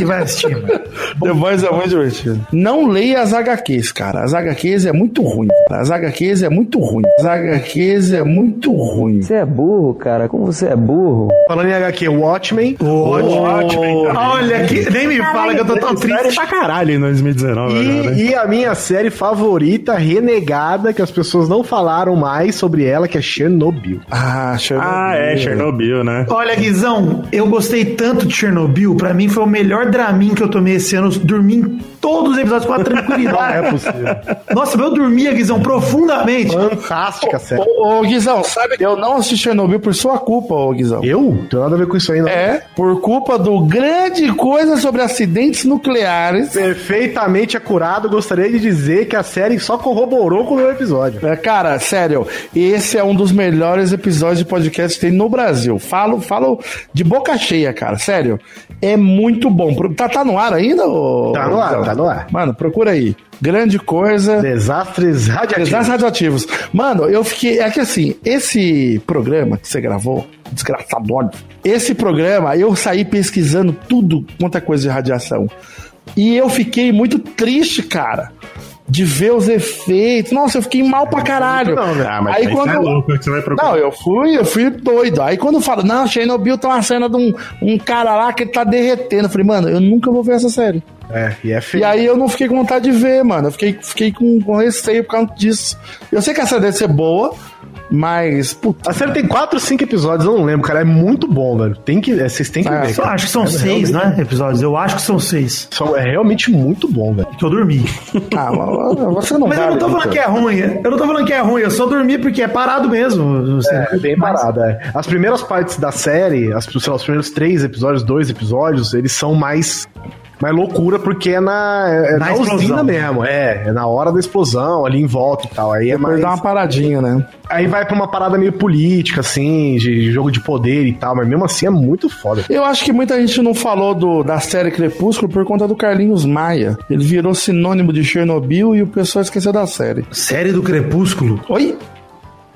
E vai assistir, mano. The Boys é muito divertido. Não leia as HQs, cara. As HQs é muito ruim. As HQs é muito ruim. As HQs é muito ruim. Você é burro, cara. Como você é burro? Falando em HQ, Watchmen. Olha que. Nem me fala que eu tô tão Série triste. pra caralho em 2019 agora, né? E, e a minha série favorita, renegada, que as pessoas não falaram mais sobre ela, que é Chernobyl. Ah, Chernobyl. Ah, é, Chernobyl, né? Olha, Guizão, eu gostei tanto de Chernobyl, pra mim foi o melhor Dramin que eu tomei esse ano. Eu Dormi em todos os episódios com a Não é tranquilidade. possível. Nossa, eu dormia, Guizão, profundamente. Fantástica série. Ô, ô, Guizão, sabe que eu não assisti Chernobyl por sua culpa, ô Guizão. Eu? Não tem nada a ver com isso aí, não. É, por culpa do grande coisa sobre acidentes nucleares. Perfeitamente acurado, gostaria de dizer que a série só corroborou com o meu episódio. É, Cara, sério, esse é um dos melhores episódios de podcast que tem no Brasil. Falo, falo de boca cheia, cara, sério. É muito bom. Pro- Tá, tá no ar ainda? ô- Tá no ar, Guizão? tá no ar. Mano, procura aí. Grande coisa. Desastres radioativos. Desastres radioativos. Mano, eu fiquei. É que assim, esse programa que você gravou, desgraçado, óbvio, esse programa eu saí pesquisando tudo quanto é coisa de radiação. E eu fiquei muito triste, cara, de ver os efeitos. Nossa, eu fiquei mal pra caralho. É, não, velho. Ah, mas aí aí quando. você é louco, é que você vai procurar. Não, eu fui, eu fui doido. Aí quando fala, não, Chernobyl tem uma cena de um, um cara lá que ele tá derretendo. Eu falei, mano, eu nunca vou ver essa série. É, e é E feio. aí eu não fiquei com vontade de ver, mano. Eu fiquei, fiquei com, com receio por causa disso. Eu sei que essa deve ser boa, mas. Puta. A série tem 4, 5 episódios, eu não lembro, cara. É muito bom, velho. Tem que, é, vocês têm que Ah, ver. Eu Cara. acho que são seis, né? Episódios. Eu acho que são seis. São- É realmente muito bom, velho. Que eu dormi. Ah, mas você não Mas eu vale, não tô falando Vitor. que é ruim. Eu não tô falando que é ruim, eu só dormi porque é parado mesmo. assim. É bem parada. é. As primeiras partes da série, as, sei lá, os primeiros três episódios, dois episódios, eles são mais, mais loucura porque é na, é, é Na na, explosão. usina mesmo. É, é na hora da explosão, ali em volta e tal. Aí é Depois mais. dá uma paradinha, né? Aí vai pra uma parada meio política, assim, de de jogo de poder e tal, mas mesmo assim é muito foda. Eu acho que muita gente não falou do, da série Crepúsculo por conta do Carlinhos Maia. Ele virou sinônimo de Chernobyl e o pessoal esqueceu da série. Série do Crepúsculo? Oi?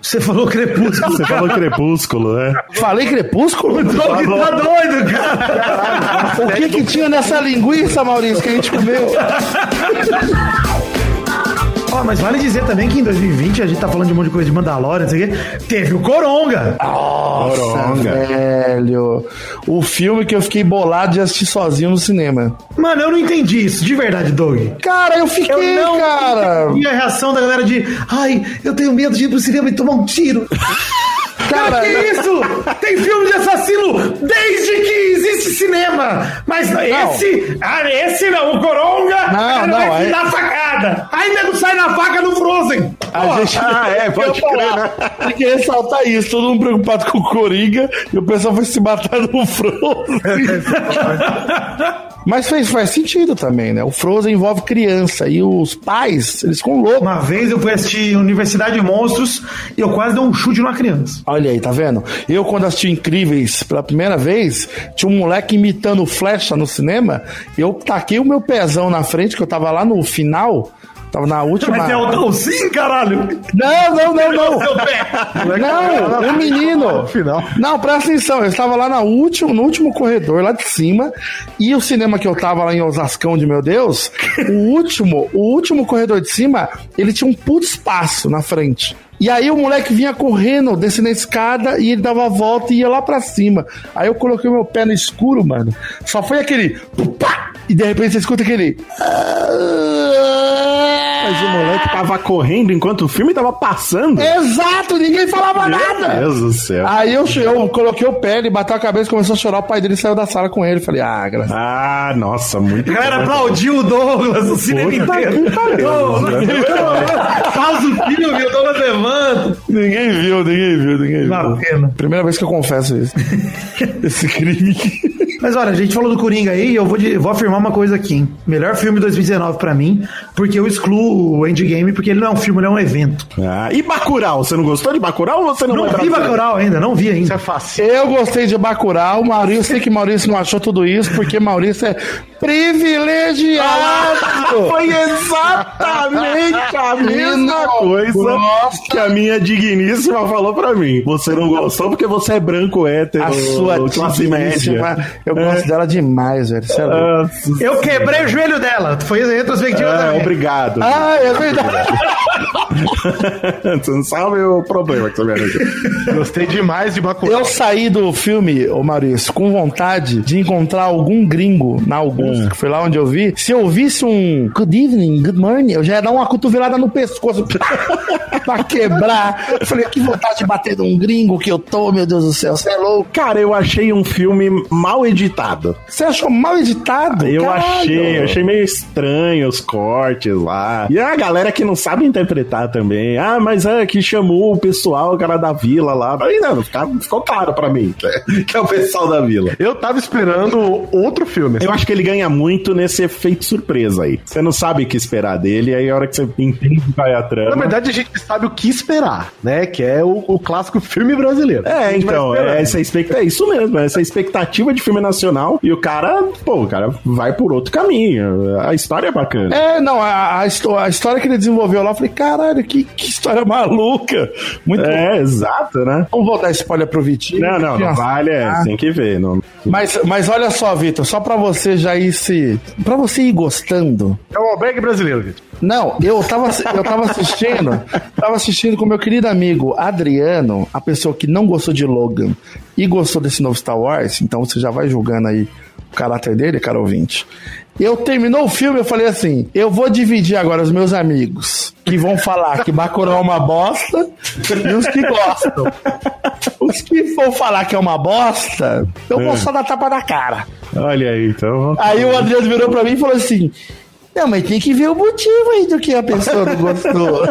Você falou Crepúsculo. Você falou Crepúsculo, né? Falei Crepúsculo? tá- Doug tá doido, cara. O que que tinha nessa linguiça, Maurício, que a gente comeu? Ó, mas vale dizer também que em 2020 a gente tá falando de um monte de coisa de Mandalorian, não sei o quê. Teve o Coronga. Nossa, Coronga. velho. O filme que eu fiquei bolado de assistir sozinho no cinema. Mano, eu não entendi isso, de verdade, Doug. Cara, eu fiquei, Eu não cara. entendi a reação da galera de ai, eu tenho medo de ir pro cinema e tomar um tiro. Cara, que isso? Tem filme de assassino desde que existe cinema. Mas esse, ah, esse não, o Coronga, Não, ele não, vai aí- dar facada. Ainda não sai na faca do Frozen. A gente ah, é, pode Eu ia né? crer, falar, né? né? Tem que ressaltar isso, todo mundo preocupado com o Coringa e o pessoal foi se matar no Frozen. Mas fez, faz sentido também, né? O Frozen envolve criança e os pais, eles ficam loucos. Uma vez eu fui assistir Universidade de Monstros e eu quase dei um chute numa criança. Olha aí, tá vendo? Eu, quando assisti Incríveis pela primeira vez, tinha um moleque imitando flecha no cinema. Eu taquei o meu pezão na frente, que eu tava lá no final. Tava na última. Mas é o Dalsin, caralho! Não, não, não, não! Seu pé! Não, o menino. Final. Não, presta atenção. Eu estava lá na última, no último corredor, lá de cima. E o cinema que eu tava lá em Osascão de meu Deus, o último, o último corredor de cima, ele tinha um puto espaço na frente. E aí o moleque vinha correndo, descendo a escada e ele dava a volta e ia lá pra cima. Aí eu coloquei meu pé no escuro, mano. Só foi aquele. pá, e de repente você escuta aquele. Mas o moleque tava correndo enquanto o filme tava passando. Exato, ninguém falava nada. Meu Deus do céu. Aí eu, che- eu coloquei o pé, ele bateu a cabeça, começou a chorar, o pai dele saiu da sala com ele. Falei, ah, graças Ah, nossa, muito. A galera bom. aplaudiu o Douglas o cinema Puta inteiro. que pariu. Douglas, Faz o filme, o Douglas levanta. Ninguém viu, ninguém viu, ninguém viu. Uma pena. Primeira vez que eu confesso isso. Esse crime. Mas olha, a gente falou do Coringa aí e eu vou, de- vou afirmar uma coisa aqui. hein? Melhor filme de 2019 pra mim, porque eu excluo o Endgame, porque ele não é um filme, ele é um evento. Ah, e Bacurau? Você não gostou de Bacurau ou você não, Não lembra vi dele? Bacurau ainda, não vi é ainda. Eu gostei de Bacurau, Maurício, sei que Maurício não achou tudo isso, porque Maurício é privilegiado. Ah, Foi exatamente a mesma Não, coisa que a minha digníssima falou pra mim. Você não gostou porque você é branco hétero. A sua classe digníssima, média. Eu É. gosto dela demais, velho. Você é louco. Nossa, Eu quebrei o joelho dela. Foi a retrospectiva é, também. obrigado. Ah, é verdade. Você não sabe o problema que você me arranjou. Gostei demais de Bacurau. Eu saí do filme, ô Maurício, com vontade de encontrar algum gringo na Ah. Augusta, que foi lá onde eu vi. Se eu visse um good evening, good morning, eu já ia dar uma cotovelada no pescoço pra quebrar. Eu falei, "Ah, que vontade de bater num gringo que eu tô, meu Deus do céu, você é louco. Cara, eu achei um filme mal editado. Você achou mal editado? Eu Caralho. achei, eu achei meio estranho os cortes lá. E a galera que não sabe interpretar também. Ah, mas é que chamou o pessoal, o cara da vila lá. Aí não, ficou, ficou claro pra mim que é, que é o pessoal da vila. Eu tava esperando outro filme. Eu acho que ele ganha muito nesse efeito surpresa aí. Você não sabe o que esperar dele, aí a hora que você entende qual é a Na trama. verdade, a gente sabe o que esperar, né? Que é o, o clássico filme brasileiro. A É, gente vai então, esperando. é, essa expecta... é isso mesmo, é essa expectativa de filme nacional e o cara, pô, o cara vai por outro caminho. A história é bacana. É, não, a, a histó- a história que ele desenvolveu lá, eu falei, caralho, que, que história maluca. Muito bom. É, exato, né? Não vou dar spoiler pro Vitinho. Não, não, Vitinho, não vale, ah, é, tem que ver. Não... Mas, mas olha só, Vitor, só pra você já ir se. Pra você ir gostando. É o albergue brasileiro, gente. Não, eu tava, eu tava assistindo. Tava assistindo com meu querido amigo Adriano, a pessoa que não gostou de Logan e gostou desse novo Star Wars. Então você já vai julgando aí o caráter dele, cara ouvinte. Eu terminou o filme, eu falei assim: eu vou dividir agora os meus amigos que vão falar que Bacurau é uma bosta e os que gostam. Os que vão falar que é uma bosta, eu vou só dar tapa na cara. Olha aí, então. Aí o Adriano virou pra mim e falou assim: Não, mas tem que ver o motivo aí do que a pessoa não gostou.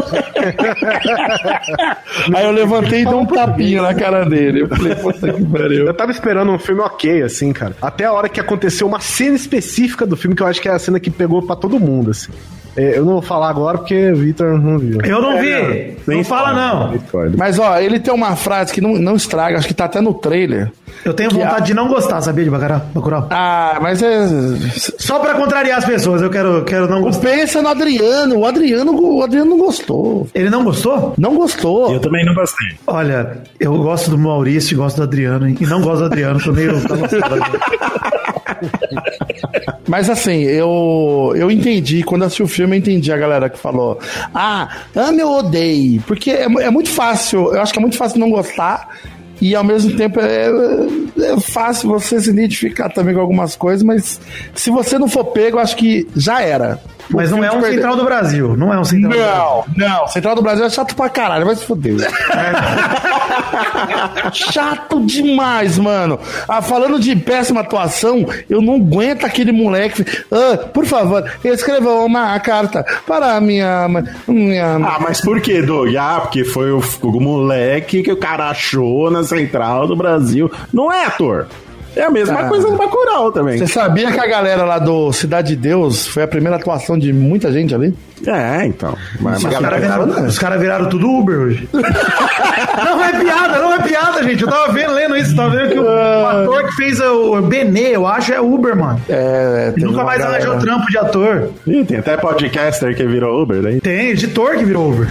aí eu levantei e dei um tapinha na cara dele. Eu falei, puta que pariu. Eu tava esperando um filme ok, assim, cara. Até a hora que aconteceu uma cena específica do filme, que eu acho que é a cena que pegou pra todo mundo, assim. É, eu não vou falar agora porque o Victor não viu. Eu não vi. Não, fala, não. Mas ó, ele tem uma frase que não, não estraga, acho que tá até no trailer. Eu tenho vontade de não gostar, sabia, de Bacurau? Bacurau. Ah, mas é. Só pra contrariar as pessoas, eu quero, quero não gostar. Pensa no Adriano. O Adriano, o Adriano não gostou. Ele não gostou? Não gostou. Eu também não gostei. Olha, eu gosto do Maurício e gosto do Adriano, hein? E não gosto do Adriano, tô meio. tá tô gostando do Adriano. Mas assim, eu, eu entendi, quando eu assisti o filme, eu entendi a galera que falou: Ah, ame ou odeie. Porque é, mu- é muito fácil, eu acho que é muito fácil não gostar. E ao mesmo tempo é, é fácil você se identificar também com algumas coisas, mas se você não for pego, eu acho que já era. O Mas não filme é te um perdeu. Central do Brasil. Não é um Central do Brasil. Não, não. Central do Brasil é chato pra caralho, vai se fuder. chato demais, mano. Ah, falando de péssima atuação, eu não aguento aquele moleque. Ah, por favor, escreva uma carta para a minha mãe. Minha mãe. Ah, mas por que, Doug? Ah, porque foi o, o moleque que o cara achou na central do Brasil. Não é ator. É a mesma Ah. coisa do Bacurau também. Você sabia que a galera lá do Cidade de Deus foi a primeira atuação de muita gente ali? É, então. Mas, mas- Os caras viraram, os caras viraram tudo Uber hoje. não é piada, não é piada, gente. Eu tava vendo, lendo isso, tava vendo que o, o ator que fez o Benê, eu acho, é Uber, mano. É, E teve nunca uma mais galera- arranjou trampo de ator. Ih, tem até podcaster que virou Uber, né? Tem, editor que virou Uber.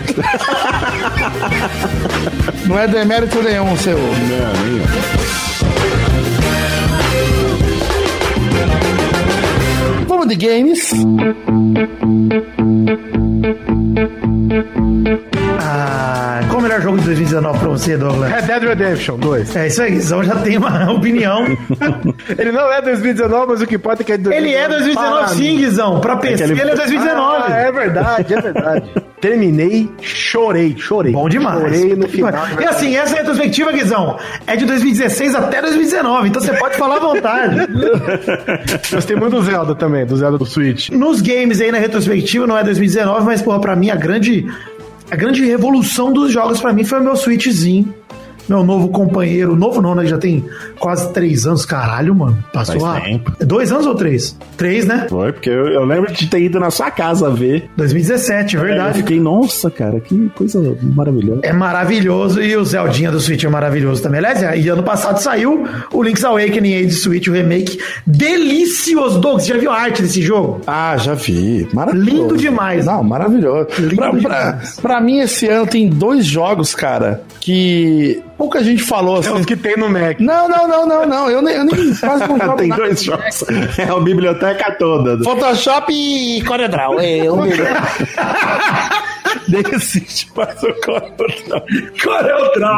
Não é demérito nenhum, seu. Vamos de games. Ah, qual o melhor jogo de 2019 pra você, Douglas? Red Dead Redemption 2. É isso aí, Zão já tem uma opinião. Ele não é 2019, mas o que importa é que é de Ele é 2019 Para sim, Guizão. Pra PC, ele... é 2019. Ah, é verdade, é verdade. Terminei, chorei, chorei. Bom demais. Chorei no final. E assim, essa retrospectiva, Guizão, é de 2016 até 2019, então você pode falar à vontade. Gostei muito um do Zelda também, do Zelda do Switch. Nos games aí na retrospectiva, não é 2019, mas porra, pra mim a grande a grande revolução dos jogos pra mim foi o meu Switchzinho. Meu novo companheiro, novo não, né? Já tem quase três anos, caralho, mano. Passou Faz rápido. tempo. É Dois anos ou três? Três, né? Foi, porque eu, eu lembro de ter ido na sua casa ver. 2017, Eu verdade. fiquei, nossa, cara, que coisa maravilhosa. É maravilhoso e o Zeldinha do Switch é maravilhoso também. Aliás, e ano passado saiu o Link's Awakening aí de Switch, o remake. Delicioso, Doug. Você já viu a arte desse jogo? Ah, já vi. Maravilhoso. Lindo demais. Não, maravilhoso. Lindo pra, pra, demais. pra mim, esse ano tem dois jogos, cara, que pouca gente falou É Então, assim. os que tem no Mac. Não, não, não, não, não. Eu nem, eu nem quase não jogo Tem nada. dois jogos. É a biblioteca toda. Photoshop e CorelDRAW. É, eu Decide, mas o CorelDRAW.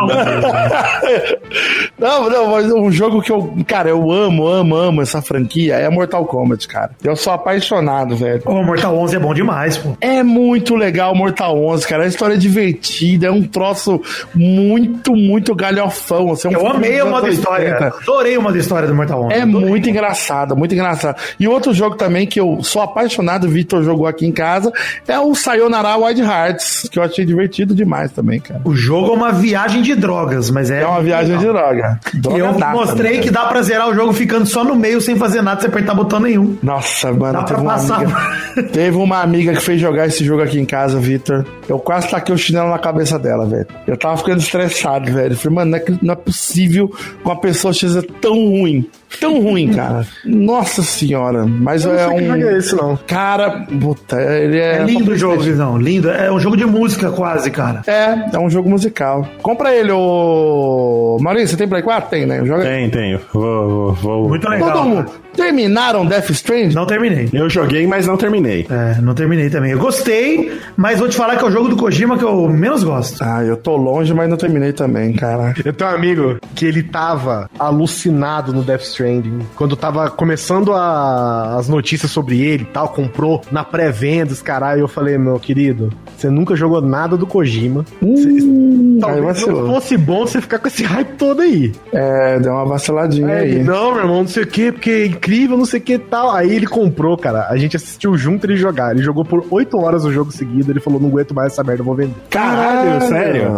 Não, não, mas um jogo que eu, cara, eu amo, amo, amo essa franquia é Mortal Kombat, cara. Eu sou apaixonado, velho. O Mortal 11 é bom demais, pô. É muito legal Mortal 11, cara. A história é divertida, é um troço muito, muito galhofão. assim, é um Eu filme amei dos o modo anos história. 80. Adorei o modo história do Mortal 11. É muito engraçado, muito engraçado. E outro jogo também que eu sou apaixonado, o Vitor jogou aqui em casa, é o Sayonara Wild Hearts, que eu achei divertido demais também, cara. O jogo é uma viagem de drogas, mas é. É uma viagem de droga. E eu Drogadaça, mostrei né? que dá pra zerar o jogo ficando só no meio, sem fazer nada, sem apertar botão nenhum. Nossa, mano, Dá pra teve uma, passar. amiga, teve uma amiga que fez jogar esse jogo aqui em casa, Vitor. Eu quase taquei o chinelo na cabeça dela, velho. Eu tava ficando estressado, velho. Falei, mano, não é, que- não é possível que uma pessoa seja tão ruim. Tão ruim, cara. Nossa senhora. Mas não é sei que jogo é um. esse, não. Cara, puta, ele é. É, lindo o jogo, Visão. Lindo. É um jogo de música, quase, cara. É, é um jogo musical. Compra ele, ô. Maurício, você tem Play 4? Tem, né? Joga Tem, tem. Vou, vou, vou. Muito legal. Todo mundo. Terminaram Death Strange? Não terminei. Eu joguei, mas não terminei. É, não terminei também. Eu gostei, mas vou te falar que é o jogo do Kojima que eu menos gosto. Ah, eu tô longe, mas não terminei também, cara. Eu tenho um amigo que ele tava alucinado no Death Stranding. Quando tava começando a- as notícias sobre ele e tal, comprou na pré-venda, os caralho. Eu falei, meu querido, você nunca jogou nada do Kojima. Hum, aí Talvez não vacilou. fosse bom você ficar com esse hype todo aí. É, deu uma vaciladinha Aí aí. ele, não, meu irmão, não sei o que, porque é incrível, não sei o que e tal. Aí ele comprou, cara. A gente assistiu junto ele jogar. Ele jogou por 8 horas o jogo seguido. Ele falou, não aguento mais essa merda, eu vou vender. Caralho, sério?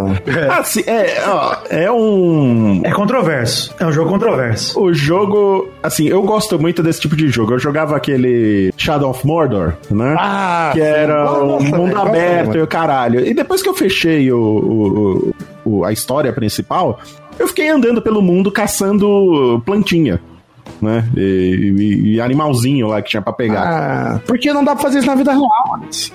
Ah, sim, é, ó, é um. É controverso. É um jogo controverso. O jogo, assim, eu gosto muito desse tipo de jogo. Eu jogava aquele Shadow of Mordor, né? Ah, que sim. era o Nossa, mundo velho, aberto nossa, e o caralho. E depois que eu fechei o, o- o- o- a história principal, eu fiquei andando pelo mundo caçando plantinha, né? E, e- e animalzinho lá que tinha pra pegar. Ah, por que não dá pra fazer isso na vida real? Alex?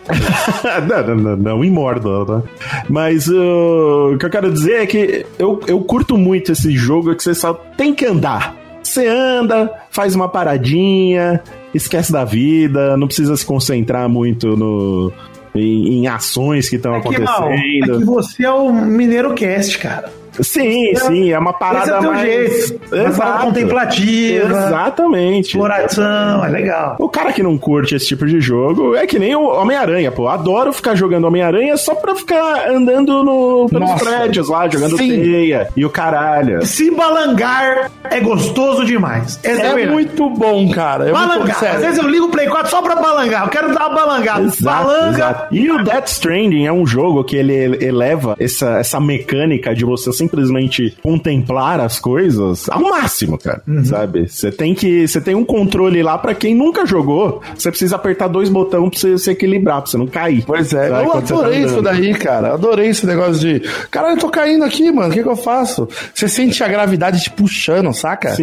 não, não, não, não, em Mordor, né? Mas uh, o que eu quero dizer é que eu, eu curto muito esse jogo que você só tem que andar. Você anda, faz uma paradinha, esquece da vida, não precisa se concentrar muito no, em, em ações que Tá estão Que mal. É acontecendo. que você é o Mineiro Cast, cara. Sim, sim, é uma parada Esse é o teu mais... jeito. Uma parada Exato. contemplativa, Exatamente. exploração, é legal. O cara que não curte esse tipo de jogo é que nem o Homem-Aranha, pô. Adoro ficar jogando Homem-Aranha só pra ficar andando no, pelos Nossa. prédios lá, jogando Sim. teia e o caralho. Se balangar é gostoso demais. Essa É verdade. muito bom, cara. Eu vou Balangar. Às vezes eu ligo o Play 4 só pra balangar. Eu quero dar uma balangada. Exato, Balanga. exato. E o Death Stranding é um jogo que ele eleva essa, essa mecânica de você simplesmente contemplar as coisas ao máximo, cara. Uhum. Sabe? Você tem que. Você tem um controle lá pra quem nunca jogou. Você precisa apertar dois botões pra você se equilibrar, pra você não cair. Pois é, Sabe, eu quando você tá adorei isso andando. daí, cara. Adorei esse negócio de. Caralho, eu tô caindo aqui, mano. O que, que eu faço? Você sente a gravidade te puxando, saca? Sim.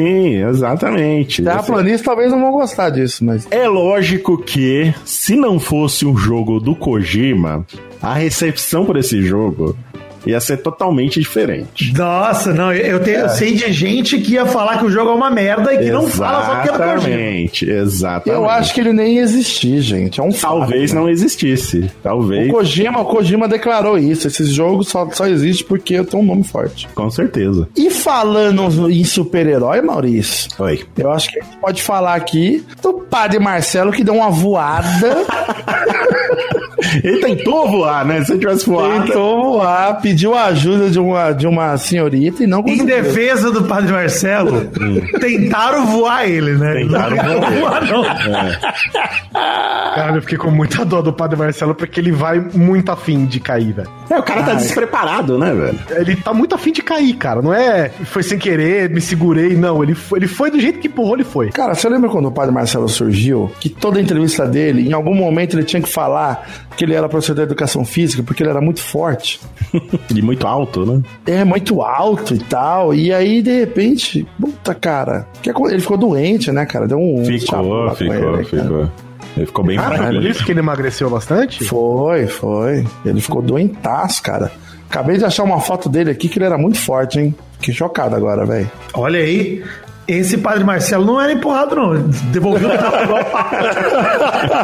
Sim, exatamente. Assim, Terraplanistas talvez não vão gostar disso, mas. É lógico que, se não fosse um jogo do Kojima, a recepção por esse jogo ia ser totalmente diferente. Nossa, não, eu, eu É. tenho- eu sei de gente que ia falar que o jogo é uma merda e que não fala só porque é do Kojima. Exatamente, exatamente. Eu acho que ele nem existia, gente. É um fato, Talvez né? não existisse. Talvez, O Kojima, o Kojima declarou isso. Esse jogo só, só existe porque eu tenho um nome forte. com certeza. E falando em super-herói, Maurício, Oi. eu acho que a gente pode falar aqui do padre Marcelo que deu uma voada. Ele tentou voar, né? Se ele tivesse voado. tentou voar, pediu ajuda de uma, de uma senhorita e não Em conseguiu. defesa do padre Marcelo, tentaram voar ele, né? Hum. Tentaram voar. não. Cara, eu fiquei com muita dó do Padre Marcelo porque ele vai muito afim de cair, velho. É, o cara tá despreparado, né, velho? Ele tá muito afim de cair, cara. Não é foi sem querer, me segurei, não. Ele foi, ele foi do jeito que empurrou, ele foi. Cara, você lembra quando o padre Marcelo surgiu? Que toda entrevista dele, em algum momento, ele tinha que falar que ele era professor de educação física porque ele era muito forte. E muito alto, né? É muito alto e tal. E aí, de repente, puta cara. que acon- Ele ficou doente, né, cara? Deu um. chapo lá com Ficou, ficou, ele, né, cara. ficou. Ele ficou bem Ah, fraco. por isso que ele emagreceu bastante? Foi, foi. Ele ficou doentaço, cara. Acabei de achar uma foto dele aqui que ele era muito forte, hein? Fiquei chocado agora, velho. Olha aí. Esse padre Marcelo não era empurrado, não. Devolveu o tapa igual papo.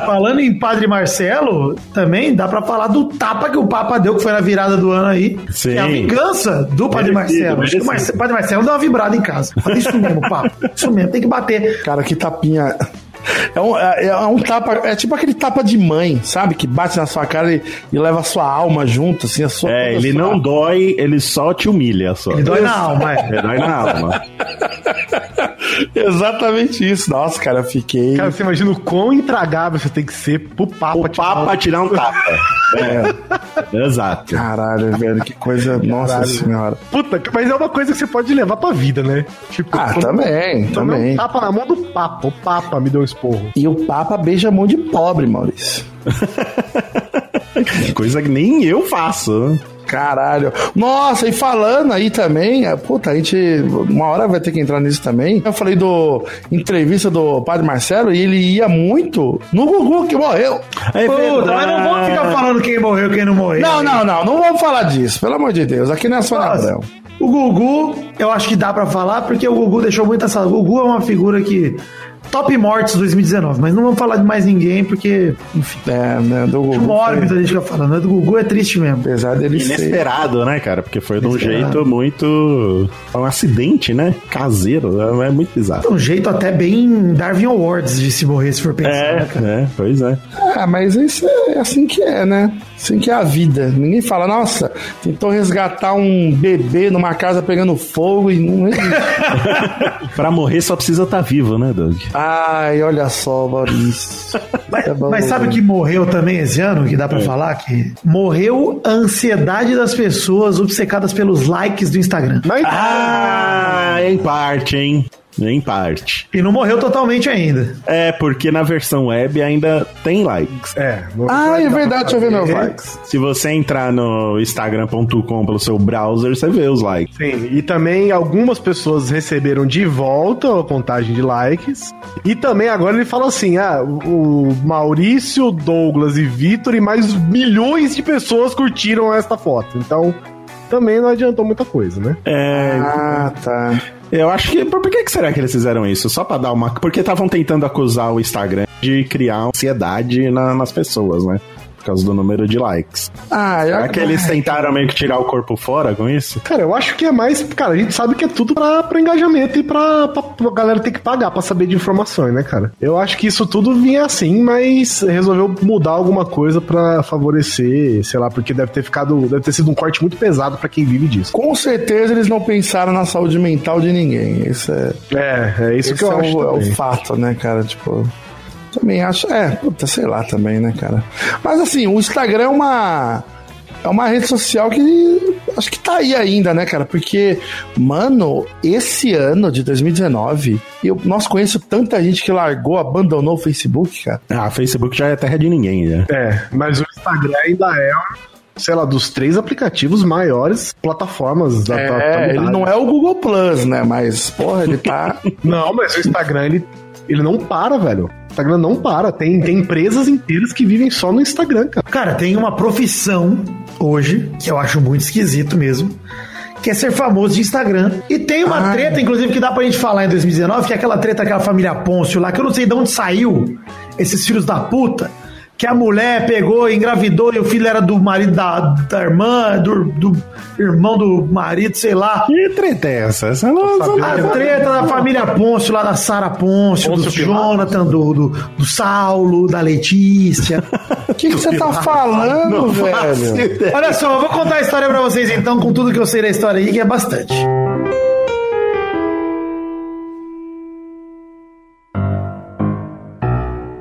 Falando em padre Marcelo, também dá pra falar do tapa que o Papa deu, que foi na virada do ano aí. Sim. Que é a vingança do padre Marcelo. Acho que o merecido. Marce- padre Marcelo deu uma vibrada em casa. Fala, Isso mesmo, Papa. Isso mesmo, tem que bater. Cara, que tapinha. É um, é- é um tapa, é tipo aquele tapa de mãe, sabe? Que bate na sua cara e, e leva a sua alma junto, assim, a sua. toda a É, ele sua- não dói, ele só te humilha só. Ele dói na alma, é. Ele dói na alma. Exatamente isso. Nossa, cara, eu fiquei. Cara, você imagina o quão intragável você tem que ser pro Papa. O te papo falar. pra tirar um tapa. É. Exato. Caralho, velho, que coisa. Nossa senhora. Puta, mas é uma coisa que você pode levar pra vida, né? Tipo, Ah, quando- também, quando é um também. Tapa na mão do Papa. O Papa me deu um esporro. E o Papa beija a mão de pobre, Maurício. Coisa que nem eu faço. né? Caralho. Nossa, e falando aí também, é, puta, a gente uma hora vai ter que entrar nisso também. Eu falei do entrevista do Padre Marcelo e ele ia muito no Gugu que morreu. É Puta, mas não vamos ficar falando quem morreu quem não morreu. Não, não, não, não vamos falar disso, pelo amor de Deus. Aqui não é só Nossa, Abrão. O Gugu, eu acho que dá pra falar, porque o Gugu deixou muita sala. O Gugu é uma figura que. Top Mortes 2019, mas não vamos falar de mais ninguém, porque, enfim. É, né, do Gugu. Uma hora foi- muita gente fica falando. né? Do Gugu é triste mesmo. Apesar dele ser. Inesperado, né, cara? Porque foi de um Inesperado. jeito muito. Foi um acidente, né? Caseiro. É é muito bizarro. É um jeito até bem Darwin Awards de se morrer, se for pensar. É, né, cara? é, pois é. Ah, mas isso é assim que é, né? Assim que é a vida. Ninguém fala, nossa, tentou resgatar um bebê numa casa pegando fogo e não. Pra morrer só precisa estar vivo, né, Doug? Ai, olha só, Maurício. Mas, É bom, É. mas sabe o né? que morreu também esse ano, que dá pra falar? que Morreu a ansiedade das pessoas obcecadas pelos likes do Instagram. Mas, Ah, em parte, hein? Em parte. E não morreu totalmente ainda. É, porque na versão web ainda tem likes. é, não- Ah, é verdade, deixa eu ver meus likes. Se você entrar no instagram.com pelo seu browser, você vê os likes. Sim, e também algumas pessoas receberam de volta a contagem de likes. E também agora ele falou assim: ah, o Maurício, Douglas e Vitor e mais milhões de pessoas curtiram esta foto. Então também não adiantou muita coisa, né? É, Ah, tá. eu acho que. Por por que, que será que eles fizeram isso? Só pra dar uma. Porque estavam tentando acusar o Instagram de criar ansiedade na- nas pessoas, né? Por causa do número de likes. Ah, eu... Será que eles tentaram meio que tirar o corpo fora com isso? Cara, eu acho que é mais. Cara, a gente sabe que é tudo pra, pra engajamento e pra, pra, pra galera ter que pagar pra saber de informações, né, cara? Eu acho que isso tudo vinha assim, mas resolveu mudar alguma coisa pra favorecer, sei lá, porque deve ter ficado. Deve ter sido um corte muito pesado pra quem vive disso. Com certeza eles não pensaram na saúde mental de ninguém. Isso é, É, é isso esse que eu é, acho. o, é o também. fato, né, cara? Tipo. Também acho. É, puta, sei lá também, né, cara? Mas assim, o Instagram é uma. é uma rede social que acho que tá aí ainda, né, cara? Porque, mano, esse ano de 2019, eu, nós conheço tanta gente que largou, abandonou o Facebook, cara. Ah, Facebook já é terra de ninguém, né? É, mas o Instagram ainda é, sei lá, dos três aplicativos maiores Tá, plataformas da É, ele não é o Google Plus, né? Mas, porra, ele tá. Não, mas o Instagram, ele, ele não para, velho. O Instagram não para. Tem, tem empresas inteiras que vivem só no Instagram, cara. Cara, tem uma profissão hoje, que eu acho muito esquisito mesmo, que é ser famoso de Instagram. E tem uma treta, inclusive, que dá pra gente falar em 2019, que é aquela treta daquela família Pôncio lá, que eu não sei de onde saiu esses filhos da puta. Que a mulher pegou, engravidou e o filho era do marido da, da irmã, do, do irmão do marido, sei lá. Que treta é essa? Essa não, essa A não- treta da família Pôncio, lá da Sara Pôncio, do Pôncio Pilatos. Jonathan, do, do, do Saulo, da Letícia. O que que você tá falando, velho? Olha só, eu vou contar a história pra vocês então, com tudo que eu sei da história aí, que é bastante.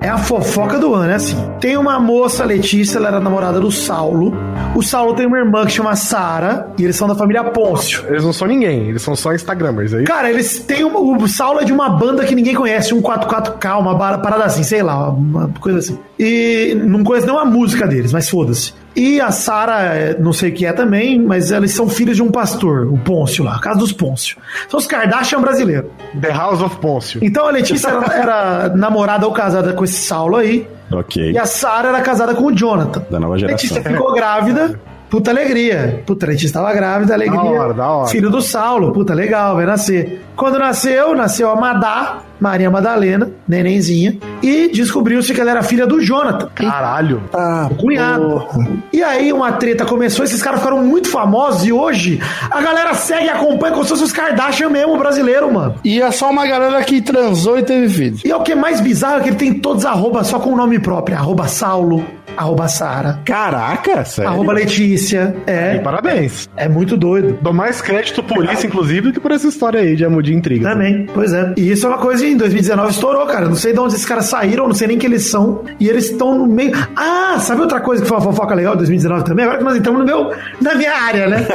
É a fofoca do ano, é assim. Tem uma moça, Letícia, ela era namorada do Saulo. O Saulo tem uma irmã que chama Sara, e eles são da família Pôncio. Eles não são ninguém, eles são só Instagramers aí. Cara, eles têm uma, o Saulo é de uma banda que ninguém conhece, um 44K, uma bara- parada assim, sei lá, uma coisa assim. E não conheço nem a música deles, mas foda-se. E a Sara, é, não sei o que é também, mas eles são filhos de um pastor, o Pôncio lá, a casa dos Pôncio. São os Kardashian brasileiros. The House of Pôncio. Então a Letícia era, era namorada ou casada com esse Saulo aí, Ok. e a Sara era casada com o Jonathan. Da nova geração. Letícia ficou grávida. Puta alegria. Puta, Letícia tava grávida, alegria. Da hora, da hora. Filho do Saulo. Puta, legal, vai nascer. Quando nasceu, nasceu a Madá, Maria Madalena, nenenzinha. E descobriu-se que ela era filha do Jonathan. Caralho. Ah, O cunhado. E aí uma treta começou, esses caras ficaram muito famosos e hoje a galera segue e acompanha como se fosse os Kardashian mesmo, brasileiro, mano. E é só uma galera que transou e teve filho. E é o que é mais bizarro é que ele tem todos arroba só com o nome próprio. Arroba Saulo, arroba Sara, Caraca, sério? arroba Letícia. É. E parabéns. É muito doido. Dou mais crédito por isso, inclusive, do que por essa história aí de amor de intriga. Também, pois é. E isso é uma coisa que em 2019 estourou, cara. Não sei de onde esses caras saíram, não sei nem quem eles são. E eles estão no meio. Ah, sabe outra coisa que foi uma fofoca legal em 2019 também? Agora que nós entramos no meu, na minha área, né?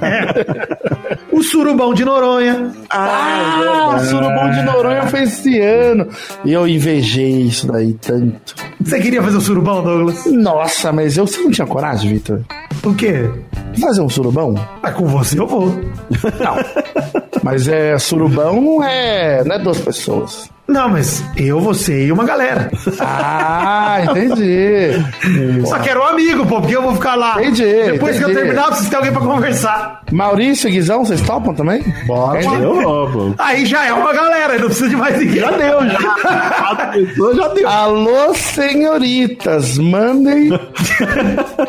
É. O surubão de Noronha. Ah, o Surubão de Noronha foi esse ano. E eu invejei isso daí tanto. Você queria fazer o surubão, Douglas? Nossa, mas eu, você não tinha coragem, Vitor? O quê? de Fazer um surubão? Mas com você eu vou. Mas é, surubão não é, não é duas pessoas. Não, mas eu, você e uma galera. Ah, entendi. Só quero um amigo, pô, porque eu vou ficar lá. Entendi, Depois que eu entendi. terminar, eu preciso ter alguém pra conversar. Maurício e Guizão, vocês topam também? Ah, Bora. Eu roubo. Aí já é uma galera, não precisa de mais ninguém. Já deu, já. já deu. Alô, senhoritas, mandem.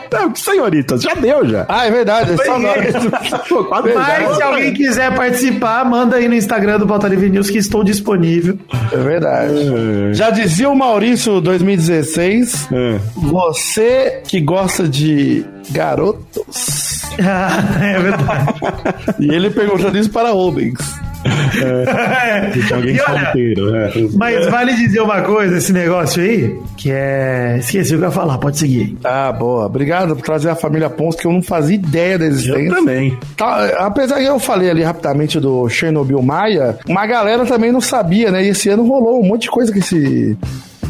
Tá, senhoritas, já deu já. Ah, é verdade, é só nós. É Pô, quase Mas se alguém quiser participar, manda aí no Instagram do Pauta Livre News que estou disponível. É verdade. Já dizia o Maurício 2016, É. você que gosta de garotos. Ah, é verdade. E ele perguntando isso para Rubens. Se alguém E olha, solteiro, né? Mas vale dizer uma coisa, esse negócio aí, que é. Esqueci o que eu ia falar, pode seguir. Ah, boa. Obrigado por trazer a família Pons, que eu não fazia ideia da existência. Eu também. Tá, apesar que eu falei ali rapidamente do Chernobyl Maia, uma galera também não sabia, né? E esse ano rolou um monte de coisa que esse.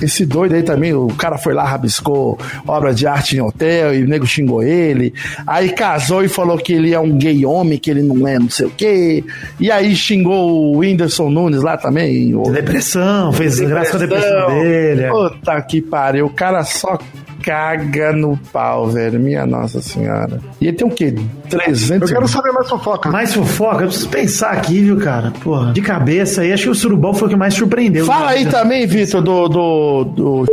Esse doido aí também, o cara foi lá, rabiscou obra de arte em hotel e o nego xingou ele. Aí casou e falou que ele é um gay homem, que ele não é não sei o quê. E aí xingou o Whindersson Nunes lá também. o- Depressão, fez graça a depressão dele. é. Puta que pariu, o cara só caga no pau, velho. Minha nossa senhora. E ele tem o quê? 300 Eu quero saber mais fofoca. Mais fofoca, eu preciso pensar aqui, viu, cara? Porra, de cabeça aí, acho que o surubão foi o que mais surpreendeu. Fala aí também, Vitor, do. do, do...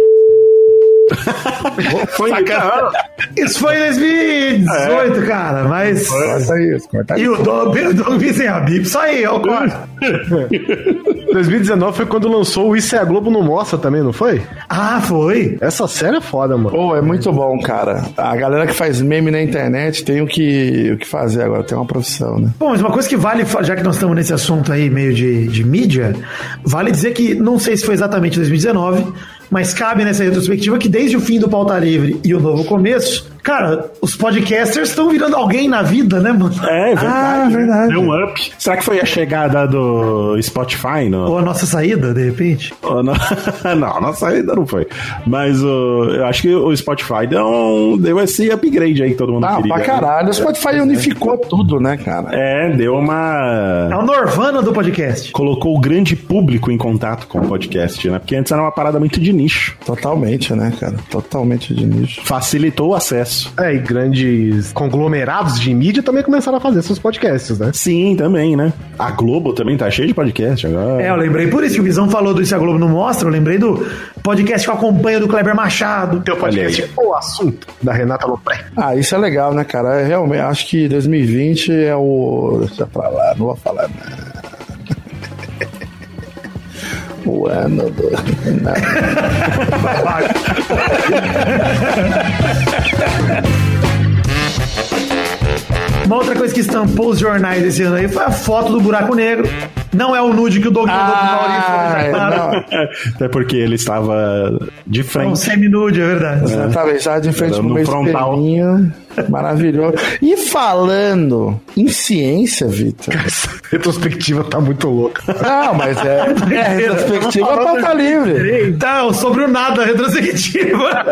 Foi Isso foi em 2018, cara, mas. Corta isso, corta E o Douglas Douglas sem a Bíblia, isso aí, eu corto. 2019 foi quando lançou o Isso é a Globo não mostra também, não foi? Ah, foi? Essa série é foda, mano. Pô, é muito bom, cara. A galera que faz meme na internet tem o que, o que fazer agora, tem uma profissão, né? Bom, mas uma coisa que vale, fa- já que nós estamos nesse assunto aí meio de, de mídia, vale dizer que, não sei se foi exatamente 2019, mas cabe nessa retrospectiva que desde o fim do Pauta Livre e o novo começo, Cara, os podcasters estão virando alguém na vida, né, mano? É, verdade. Ah, verdade. Deu um up. Será que foi a chegada do Spotify? No... Ou a nossa saída, de repente. ou no- não, nossa, ainda não foi. Mas o- eu acho que o Spotify deu, um- deu esse upgrade aí que todo mundo Ah, queria. pra né? caralho. O Spotify unificou tudo, né, cara? É, deu É uma. o Norvana do podcast. Colocou o grande público em contato com o podcast, né? Porque antes era uma parada muito de nicho. Totalmente, né, cara? Totalmente de nicho. Facilitou o acesso. É, e grandes conglomerados de mídia também começaram a fazer seus podcasts, né? Sim, também, né? A Globo também tá cheia de podcast agora. É, eu lembrei por isso que o Visão falou do Isso é a Globo não mostra. Eu lembrei do podcast que eu acompanho do Kleber Machado. Tem o podcast Olha é O Assunto, da Renata Lopré. Ah, isso é legal, né, cara? É, realmente, acho que 2020 é o. Deixa pra lá, não vou falar nada. O ano do. Uma outra coisa que estampou os jornais esse ano aí foi a foto do buraco negro. Não é o nude que o Doug mandou pro Maurício. Ah, né, claro. não, Até porque ele estava de É um frente. semi-nude, é verdade. Exatamente, já de frente Né? No pro meu frontal. espelhinho. Maravilhoso. E falando em ciência, Vitor. Essa retrospectiva tá muito louca. Não, mas é, é a retrospectiva pauta livre. Então, sobre o nada, retrospectiva.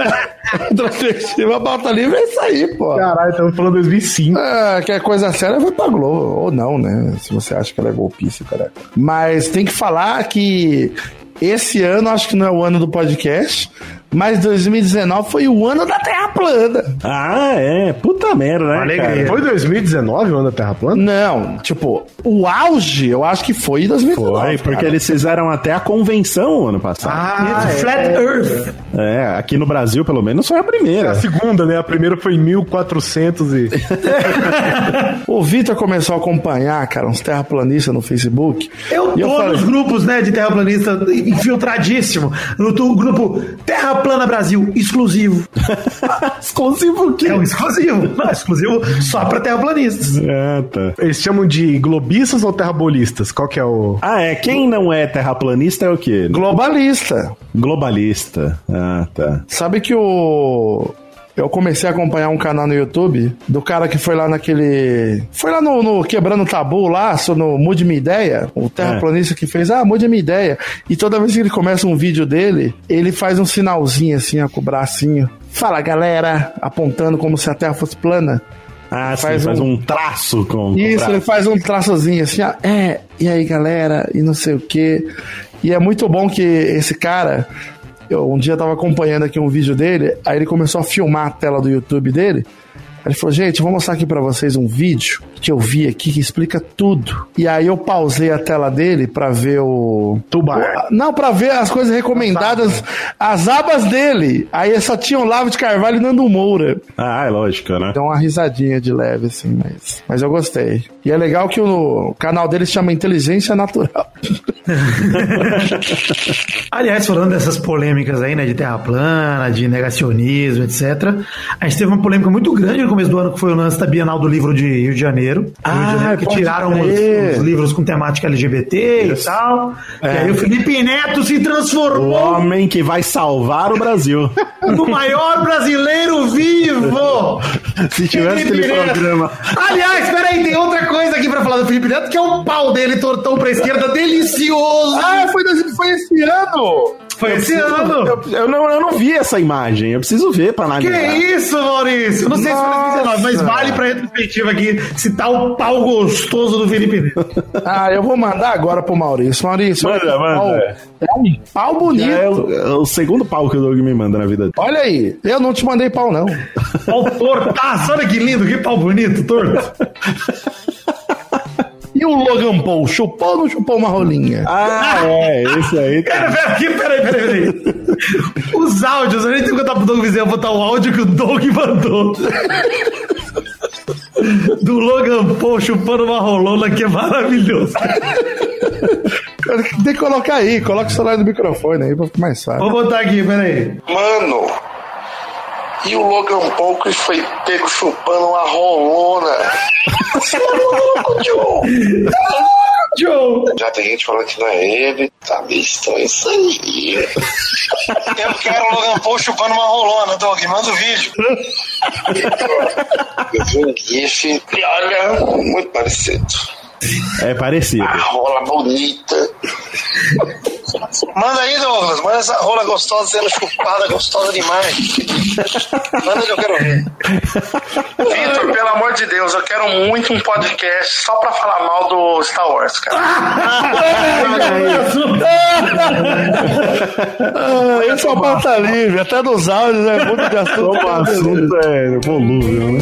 Retrospectiva pauta livre é isso aí, pô. Caralho, estamos falando 2005. Ah, que é coisa séria, vai pra Globo. Ou não, né? Se você acha que ela é golpista, cara. Mas tem que falar que esse ano, acho que não é o ano do podcast, mas 2019 foi o ano da Terra Plana. Ah, é. Puta merda, né? Alegria. cara? Foi 2019 o ano da Terra Plana? Não, tipo, o auge, eu acho que foi em 2019. Foi, porque cara. eles fizeram até a convenção ano passado. Ah, Flat Earth. É, aqui no Brasil, pelo menos, foi a A primeira. segunda, né? A primeira foi em 1400 e... O Vitor começou a acompanhar, cara, uns terraplanistas no Facebook. Eu E tô falei, nos grupos, né, de terraplanista infiltradíssimo. No tu- grupo Terra Plana Brasil, exclusivo. Exclusivo o quê? É um exclusivo. Não, exclusivo só pra terraplanistas. Ah, tá. Eles chamam de globistas ou terrabolistas? Qual que é o... Ah, é. Quem não é terraplanista é o quê? Globalista. Globalista. Ah, tá. Sabe que o. Eu comecei a acompanhar um canal no YouTube do cara que foi lá naquele. Foi lá no, no Quebrando o Tabu lá, só no Mude Minha Ideia. O terraplanista que fez, ah, mude minha ideia. E toda vez que ele começa um vídeo dele, ele faz um sinalzinho assim, ó, com o bracinho. Fala galera, apontando como se a terra fosse plana. Ah, sim, Faz faz, um- um... traço com. com Isso, braço. ele faz um traçozinho assim, ó, é, e aí galera, e não sei o quê. E é muito bom que esse cara, eu um dia tava acompanhando aqui um vídeo dele, aí ele começou a filmar a tela do YouTube dele. Aí Ele falou, gente, eu vou mostrar aqui pra vocês um vídeo que eu vi aqui que explica tudo. E aí eu pausei a tela dele pra ver o. Tubar. o- Não, pra ver as coisas recomendadas, as abas dele. Aí só tinha o Lavo de Carvalho e Nando Moura. Ah, é lógico, né? Dá uma risadinha de leve, assim, mas, mas eu gostei. E é legal que o canal dele chama Inteligência Natural. Aliás, falando dessas polêmicas aí, né, de terra plana, de negacionismo, etc. A gente teve uma polêmica muito grande no começo do ano, que foi o lance da Bienal do Livro de Rio de Janeiro. Rio de Ah, Janeiro, que pode tiraram crer. os, os livros com temática LGBT e tal. E aí o Felipe Neto se O transformou homem que vai salvar o Brasil. no maior brasileiro vivo! Se tivesse aquele Felipe Neto. programa. Aliás, peraí, tem outra coisa aqui pra falar do Felipe Neto, que é o pau dele tortão pra esquerda, delicioso! foi, foi esse Ah, ano! foi esse ano! Eu, eu não, eu não vi essa imagem. Eu preciso ver pra Que analisar. isso, Maurício? Não sei se foi 2019, mas Nossa. vale pra retrospectiva aqui citar o pau gostoso do Felipe Neto. Ah, eu vou mandar agora pro Maurício. Maurício, Manda, olha, manda. pau- é um pau bonito. É o, é o segundo pau que o Doug me manda na vida. Olha aí, eu não te mandei pau, não. Pau tortaço, olha que lindo, que pau bonito, torto. E o Logan Paul, chupou ou não chupou uma rolinha? Ah, é, esse aí tá. Pera, pera, aqui, peraí, peraí, peraí. Os áudios, eu nem tenho que contar pro Doug Vizinho, eu vou botar o áudio que o Doug mandou. Do Logan Paul chupando uma rolona que é maravilhoso. Tem que colocar aí, coloca o celular do microfone aí pra ficar mais fácil. Vou botar aqui, peraí. Mano, e o Logan Paul que foi pego chupando uma rolona? Você é louco, John! Você é louco, Joe! Já tem gente falando que não é ele. Tá meio estranho isso aí. Eu quero o Logan Paul chupando uma rolona, Doug. Manda o vídeo. Eu vi um gif e olha, muito parecido. É parecido. A rola bonita. Manda aí, Douglas. Manda essa rola gostosa sendo chupada, gostosa demais. Manda que eu quero ver. Vitor, pelo amor de Deus, eu quero muito um podcast só pra falar mal do Star Wars, cara. Ah, eu sou pauta livre, até nos áudios é muito de assunto. Como o assunto é volúvel, né?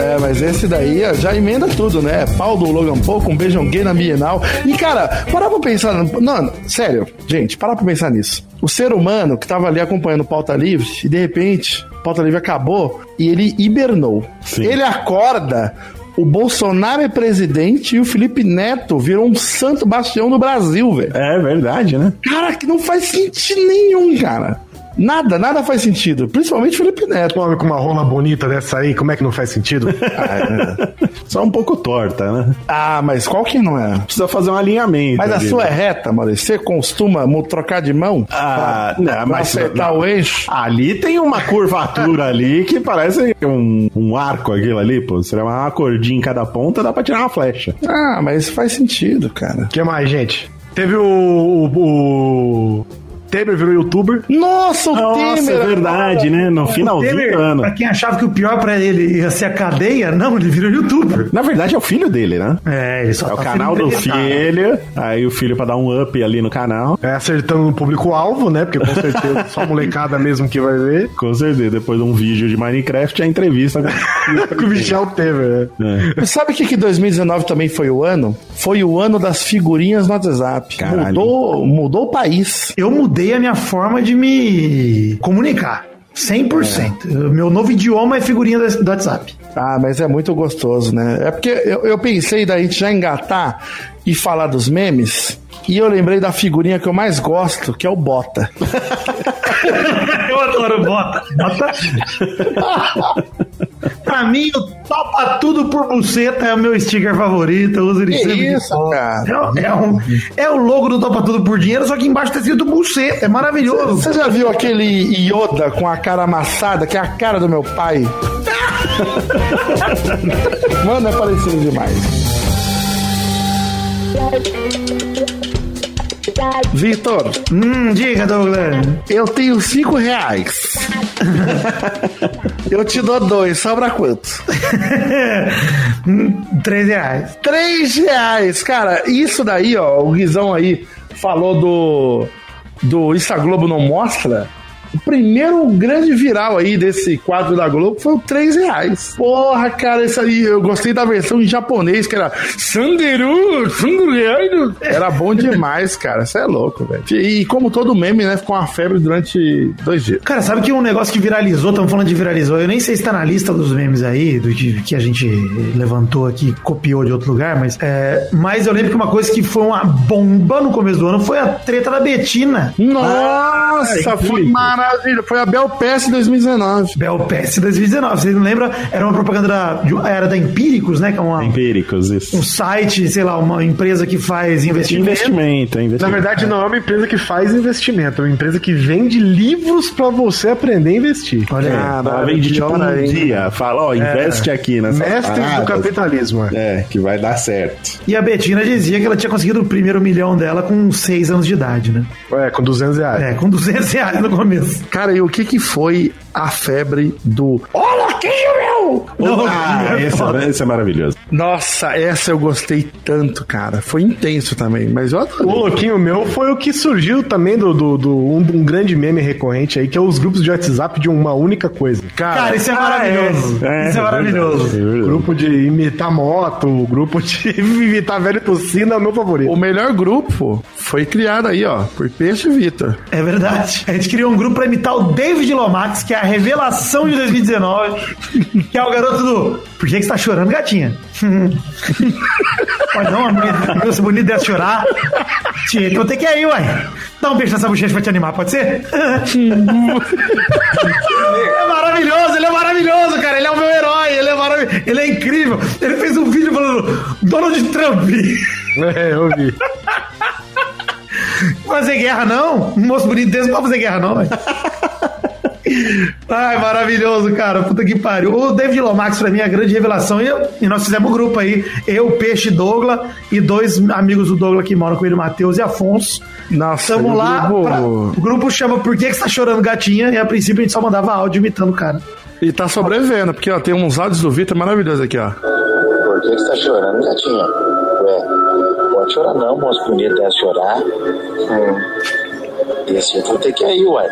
É, mas esse daí ó, já emenda tudo, né? Pau do Logan Paul com beijão gay na Bienal. E, cara, parar pra pensar. no- Não, sério, gente, parar pra pensar nisso. O ser humano que tava ali acompanhando pauta livre e de repente, pauta livre acabou e ele hibernou. Sim. Ele acorda. O Bolsonaro é presidente e o Felipe Neto virou um santo bastião do Brasil, velho. É verdade, né? Cara, que não faz sentido nenhum, cara. Nada, nada faz sentido. Principalmente o Felipe Neto. Um homem com uma rola bonita dessa aí, como é que não faz sentido? Só um pouco torta, né? Ah, mas qual que não é? Precisa fazer um alinhamento. Mas a ali, sua é né? reta, Maurício? Você costuma mu- trocar de mão? Ah, pra não, mas. acertar não. o eixo? Ali tem uma curvatura ali que parece um, um arco aquilo ali, pô. Você levar uma cordinha em cada ponta, dá pra tirar uma flecha. Ah, mas isso faz sentido, cara. O que mais, gente? Teve o. o, o... Temer virou youtuber. Nossa, o Nossa, Temer! é verdade, né? No finalzinho Temer, do ano. pra quem achava que o pior pra ele ia ser a cadeia, não, ele virou youtuber. Na verdade, é o filho dele, né? É, ele só É o tá canal sendo do entrevistado. tá. filho. Aí o filho pra dar um up ali no canal. É, acertando no público-alvo, né? Porque com certeza só a molecada mesmo que vai ver. Com certeza, depois de um vídeo de Minecraft, a entrevista. Com o Michel Temer, né? Sabe o que, que 2019 também foi o ano? Foi o ano das figurinhas no WhatsApp. Caralho. Mudou, mudou o país. Eu mudei a minha forma de me comunicar. É. 100%. O Meu novo idioma é figurinha do do WhatsApp. Ah, mas é muito gostoso, né? É porque eu, eu pensei da gente já engatar e falar dos memes. E eu lembrei da figurinha que eu mais gosto, que é o Bota. Eu adoro bota. Bota. pra mim, o topa tudo por buceta é o meu sticker favorito. Eu uso ele Que sempre. isso, cara? É, o- é um- é o logo do topa tudo por dinheiro, só que embaixo tá escrito buceta. É maravilhoso. Você já viu aquele Yoda com a cara amassada, que é a cara do meu pai? Mano, é parecido demais. Vitor, Hum, diga, Douglas. eu tenho cinco reais. eu te dou dois, sobra quanto? Hum, três reais. Três reais, cara. Isso daí, ó, o Guizão aí falou do do Insta Globo não mostra. O primeiro grande viral aí desse quadro da Globo foi o três reais. Porra, cara, isso aí eu gostei da versão em japonês que era Sanderu, Sanderu. Era bom demais, cara. Isso é louco, velho. E como todo meme, né, ficou uma febre durante dois dias. Cara, sabe que um negócio que viralizou, estamos falando de viralizou, eu nem sei se tá na lista dos memes aí, do de- que a gente levantou aqui, copiou de outro lugar, mas é, mas eu lembro que uma coisa que foi uma bomba no começo do ano foi a treta da Betina. Nossa, foi maravilha. Foi a Bel Pass 2019. Bel Pest 2019, vocês não lembram? Era uma propaganda da, de uma- era da Empíricos, né? Que é uma- Empíricos, isso. um site, sei lá, uma empresa que faz investimento. Investimento, é investimento. Na verdade, não é uma empresa que faz investimento, é uma empresa que vende livros pra você aprender a investir. Olha aí. ela É, vende tipo um dia. Fala, ó, investe aqui nessa Mestres do capitalismo, é. É, que vai dar certo. E a Betina dizia que ela tinha conseguido o primeiro milhão dela com 6 anos de idade, né? É, com 200 reais. É, com 200 reais no começo. Cara, e o que que foi a febre do Ô, louquinho, meu! Não, Ah, esse, é- esse é maravilhoso. Nossa, essa eu gostei tanto, cara. Foi intenso também, mas eu O adorei. louquinho meu foi o que surgiu também do, do, do- um, um grande meme recorrente aí, que é os grupos de WhatsApp de uma única coisa. Cara, isso é maravilhoso. isso é maravilhoso. Grupo de imitar moto, grupo de imitar velho tossina é o meu favorito. O melhor grupo foi criado aí, ó, por Peixe Vitor. É verdade. A gente criou um grupo pra imitar o David Lomax, que é a revelação de 2019, que é o garoto do Por que que você tá chorando, gatinha? Pode não, uma moça bonita dessa chorar. Tia, então tem que ir aí, uai. Dá um beijo nessa bochecha pra te animar, pode ser? é maravilhoso, ele é maravilhoso, cara. Ele é o meu herói, ele é maravilhoso. ele é incrível. Ele fez um vídeo falando Donald Trump. É, eu vi. Fazer guerra não? Um moço bonito desse não pode fazer guerra não, velho. Ai, maravilhoso, cara. Puta que pariu. O David Lomax, pra mim, é a grande revelação. E, eu- e nós fizemos um grupo aí. Eu, Peixe, Douglas e dois amigos do Douglas que moram com ele, Matheus e Afonso. Nossa, Estamos lá. eu vou- pra- O grupo chama Por que, que você tá chorando, gatinha? E a princípio a gente só mandava áudio imitando o cara. E tá sobrevivendo, porque ó, tem uns áudios do Vitor maravilhosos aqui, ó. Por que que você tá chorando, gatinha? Ué, pode chorar não, moço bonito, deve chorar. Hum. E assim eu vou ter que ir, ué.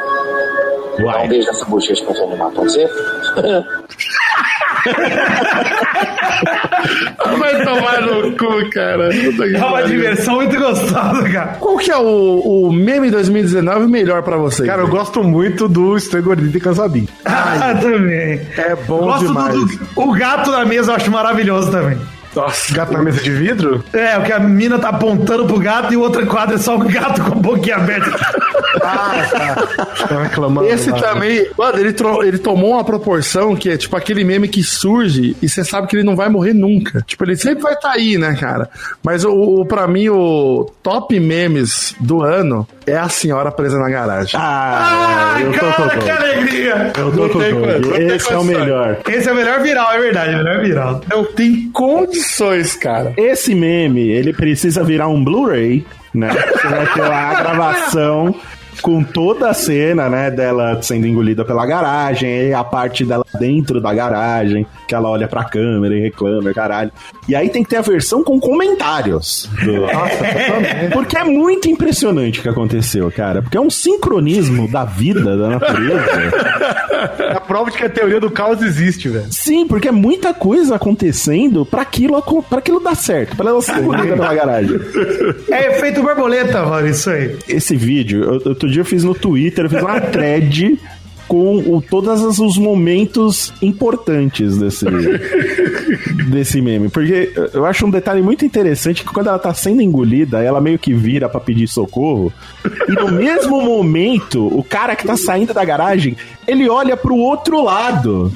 Dá um beijo nessa bochecha pra eu animar, pode ser? Vai tomar no cu, cara. É uma diversão muito gostosa, cara. Qual que é o, o meme 2019 melhor pra vocês? Cara, eu gosto muito do Estou Gordito e Cansadinho. Ah, também. é bom Gosto demais. do, do- o gato na mesa, eu acho maravilhoso também. Nossa, Gato na mesa de vidro? É, o que a mina tá apontando pro gato e o outro quadro é só o gato com a boquinha aberta. Tá reclamando. Esse lá. também, mano, ele, tro- ele tomou uma proporção que é tipo aquele meme que surge e você sabe que ele não vai morrer nunca. Tipo, ele sempre vai estar aí, né, cara? Mas o, o para mim o top memes do ano é a senhora presa na garagem. Ah, Ai, eu tô com o cara, que Doug. alegria! Eu tô com o Doug. Esse é o melhor. Esse é o melhor viral, é verdade, é o melhor viral. Não tem condições, cara. Esse meme, ele precisa virar um Blu-ray, né? Você vai ter lá a gravação com toda a cena, né, dela sendo engolida pela garagem, e a parte dela dentro da garagem, que ela olha pra câmera e reclama, caralho. E aí tem que ter a versão com comentários. do- Porque é muito impressionante o que aconteceu, cara. Porque é um sincronismo da vida, da natureza. É a prova de que a teoria do caos existe, velho. Sim, porque é muita coisa acontecendo pra aquilo, acon- pra aquilo dar certo, pra ela ser engolida pela garagem. É efeito borboleta, mano, isso aí. esse vídeo, eu- outro dia eu fiz no Twitter, eu fiz uma thread com o- todos as- os momentos importantes desse, desse meme. Porque eu acho um detalhe muito interessante que quando ela tá sendo engolida, ela meio que vira pra pedir socorro. E no mesmo momento, o cara que tá saindo da garagem, ele olha pro outro lado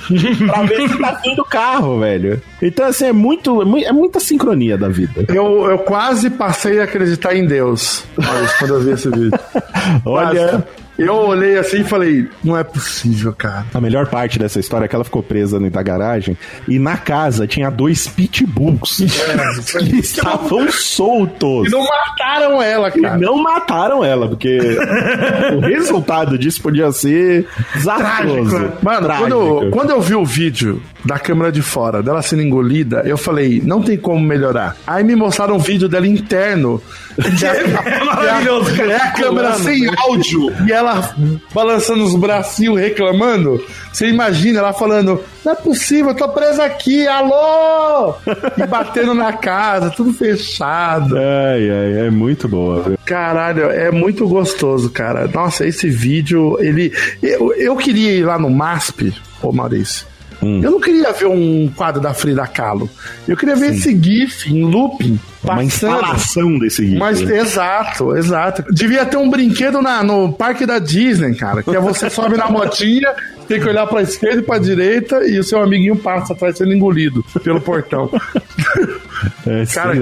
pra ver se tá vindo o carro, velho. Então, assim, é muito. é mu- É muita sincronia da vida. Eu, eu quase passei a acreditar em Deus mas quando eu vi esse vídeo. Olha. Eu olhei assim e falei, não é possível, cara. A melhor parte dessa história é que ela ficou presa dentro da garagem e na casa tinha dois pitbulls É, que estavam soltos. E não mataram ela, E cara. não mataram ela, porque o resultado disso podia ser desastroso. né? Mano, quando, quando eu vi o vídeo da câmera de fora, dela sendo engolida, eu falei, não tem como melhorar. Aí me mostraram um vídeo dela interno. É maravilhoso, É a cara. câmera sem áudio e ela balançando os bracinhos, reclamando. Você imagina ela falando: Não é possível, eu tô presa aqui, alô! E batendo na casa, tudo fechado. Ai, ai, é muito boa. viu? Caralho, é muito gostoso, cara. Nossa, esse vídeo, ele. Eu, eu queria ir lá no MASP, ô Maurício. Eu não queria ver um quadro da Frida Kahlo. Eu queria ver esse GIF em looping. Uma passando. instalação desse gif. Mas exato, exato. Devia ter um brinquedo na, no parque da Disney, cara. Que é você sobe na motinha, tem que olhar pra esquerda e pra direita e o seu amiguinho passa atrás sendo engolido pelo portão. É, sim, Cara-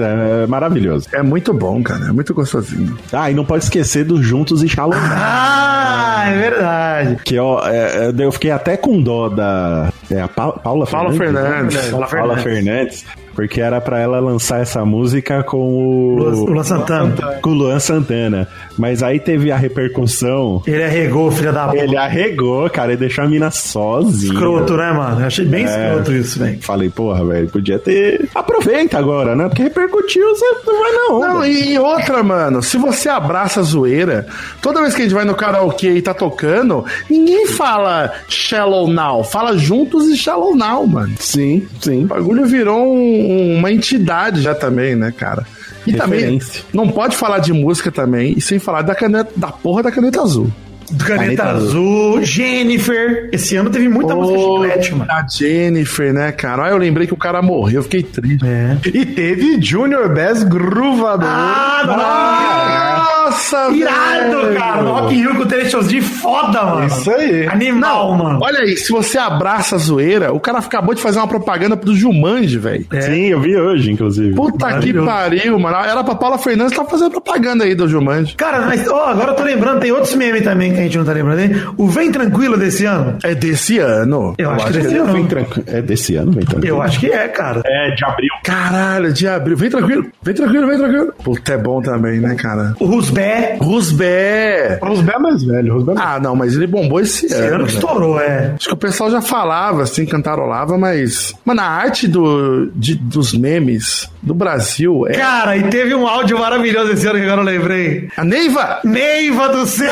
é maravilhoso. É muito bom, cara. É muito gostosinho. Ah, e não pode esquecer do Juntos e Shalom. Ah, é verdade. Que ó, é, é, eu fiquei até com dó da. É a Pa- Paula, Paula Fernandes. Fernandes. Paula Fernandes. Porque era pra ela lançar essa música com o. O Luan Santana. Com o Luan Santana. Mas aí teve a repercussão. Ele arregou, filha da puta. Ele arregou, cara, e deixou a mina sozinha. Escroto, né, mano? Eu achei bem escroto isso, velho. Falei, porra, velho, podia ter. Aproveita agora, né? Porque repercutiu, você não vai na onda. Não, e, e outra, mano, se você abraça a zoeira, toda vez que a gente vai no karaokê e tá tocando, ninguém fala shallow now, fala juntos e shallow now, mano. Sim, sim. O bagulho virou um- uma entidade já também, né, cara? E Referência. também, não pode falar de música também, e sem falar da caneta, da porra da caneta azul. Do Caneta Azul, Jennifer. Esse ano teve muita música chiclete, mano. A Jennifer, né, cara? Aí eu lembrei que o cara morreu, eu fiquei triste. E teve Junior Bass Gruvador. Ah, não! Nossa, Irado, cara. No Rock in Rio com o Três Shows de foda, mano. Isso aí. Animal, mano. Olha aí, se você abraça a zoeira, o cara acabou de fazer uma propaganda pro Jumanji, velho. Sim, eu vi hoje, inclusive. Puta que Maravilhoso. pariu, mano. Era pra Paula Fernandes tá fazendo propaganda aí do Jumanji. Cara, mas ó, agora eu tô lembrando, tem outros memes também que a gente não tá lembrando. hein? O Vem Tranquilo desse ano. É desse é ano. Eu, acho, que desse ano. Vem tranquilo. É desse ano, vem tranquilo. Eu acho que é, cara. É, de abril. Caralho, de abril. Vem tranquilo, vem tranquilo, vem tranquilo. Puta, é bom também, né, cara? O Rusbé, Rusbé. Rosbé é mais velho. Rosbé é mais... Ah, não, mas ele bombou esse, esse ano. ano que estourou, é. Acho que o pessoal já falava, assim, cantarolava, mas. Mano, a arte do, de- dos memes do Brasil é. Cara, e teve um áudio maravilhoso esse ano que agora eu lembrei. A Neiva! Neiva do céu!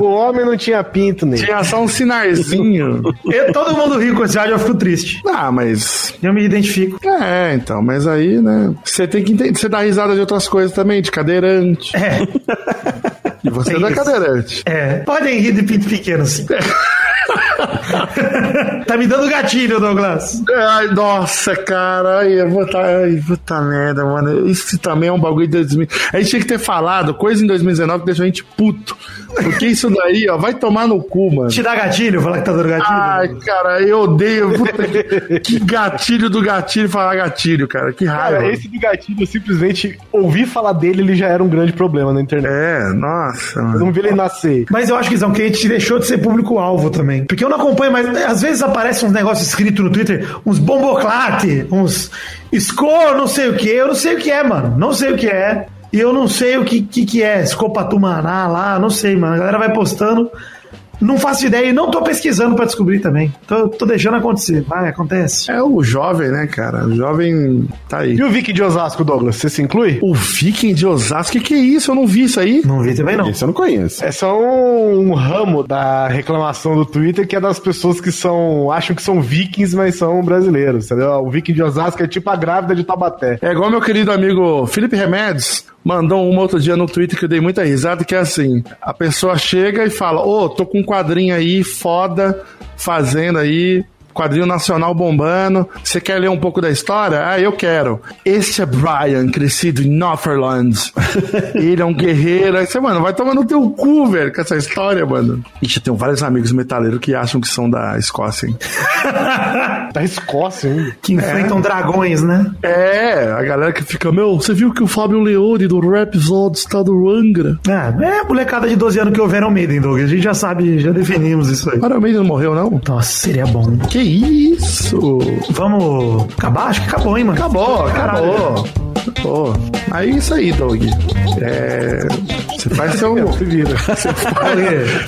O homem não tinha pinto nem. Tinha só um sinarzinho. Eu- todo mundo riu com esse áudio, eu fico triste. ah, mas. Eu me identifico. É, então, mas aí, né? Você tem que entender. Você dá risada de outras coisas também, de cadeirante. É, E você tem não é isso. cadeirante. é. Podem rir de pinto pequeno, sim. tá me dando gatilho, Douglas. Ai, nossa, cara, ai, eu vou tá, ai, puta merda, mano. Isso também é um bagulho de 2000. A gente tinha que ter falado coisa em 2019 que deixou a gente puto. Porque isso daí, ó, vai tomar no cu, mano. Te dá gatilho? Falar que tá dando gatilho? Ai, cara, eu odeio. puta que- que gatilho do gatilho falar gatilho, cara. Que raiva. Cara, esse do gatilho, simplesmente ouvir falar dele, ele já era um grande problema na internet. É, nossa, Eu mano. não vi ele nascer. Mas eu acho, Guizão, que a gente deixou de ser público-alvo também. Porque eu não acompanho, mas né, às vezes aparece uns negócios escritos no Twitter, uns bomboclate, uns escor, não sei o que. Eu não sei o que é, mano. Não sei o que é. E eu não sei o que, que, que é. Escopatumaná lá, não sei, mano. A galera vai postando. Não faço ideia e não tô pesquisando pra descobrir também. Tô, tô deixando acontecer. Vai, acontece. É o jovem, né, cara? O jovem tá aí. E o Vicky de Osasco, Douglas, você se inclui? O Viking de Osasco, que que é isso? Eu não vi isso aí. Não vi também, não. Esse eu não conheço. É só um, um ramo da reclamação do Twitter que é das pessoas que são. acham que são vikings, mas são brasileiros, entendeu? O viking de Osasco é tipo a grávida de Tabaté. É igual meu querido amigo Felipe Remédios mandou uma outro dia no Twitter que eu dei muita risada, que é assim, a pessoa chega e fala, ô, tô com um quadrinho aí foda, fazendo aí, quadrinho nacional bombando, você quer ler um pouco da história? Ah, eu quero. Este é Brian, crescido em Northland. Ele é um guerreiro. Aí você, mano, vai tomar no teu cu, velho, com essa história, mano. Ixi, eu tenho vários amigos metaleiros que acham que são da Escócia, hein? Da Tá Escócia, hein? Que enfrentam dragões, né? É, a galera que fica, meu, você viu que o Fábio Leone do Rhapsody está do Angra? Ah, é a molecada de 12 anos que houveram medo, hein, Douglas? A gente já sabe, já definimos isso aí. Para não morreu, não? Nossa, seria bom. Que isso? Vamos acabar? Acho que acabou, hein, mano? Acabou, Caralho. acabou. Acabou. Aí é isso aí, Doug. É. Você faz seu. Se vira.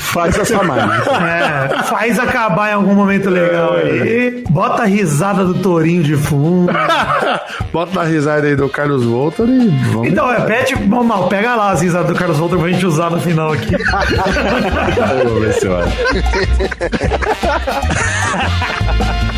Faz essa mais. É, faz acabar em algum momento legal aí. Bota a risada do tourinho de fundo. Bota na risada aí do Carlos Voltor e vamos. Então, é, pede, mal, mal, pega lá as risadas do Carlos Volta pra gente usar no final aqui. Vamos ver se eu acho.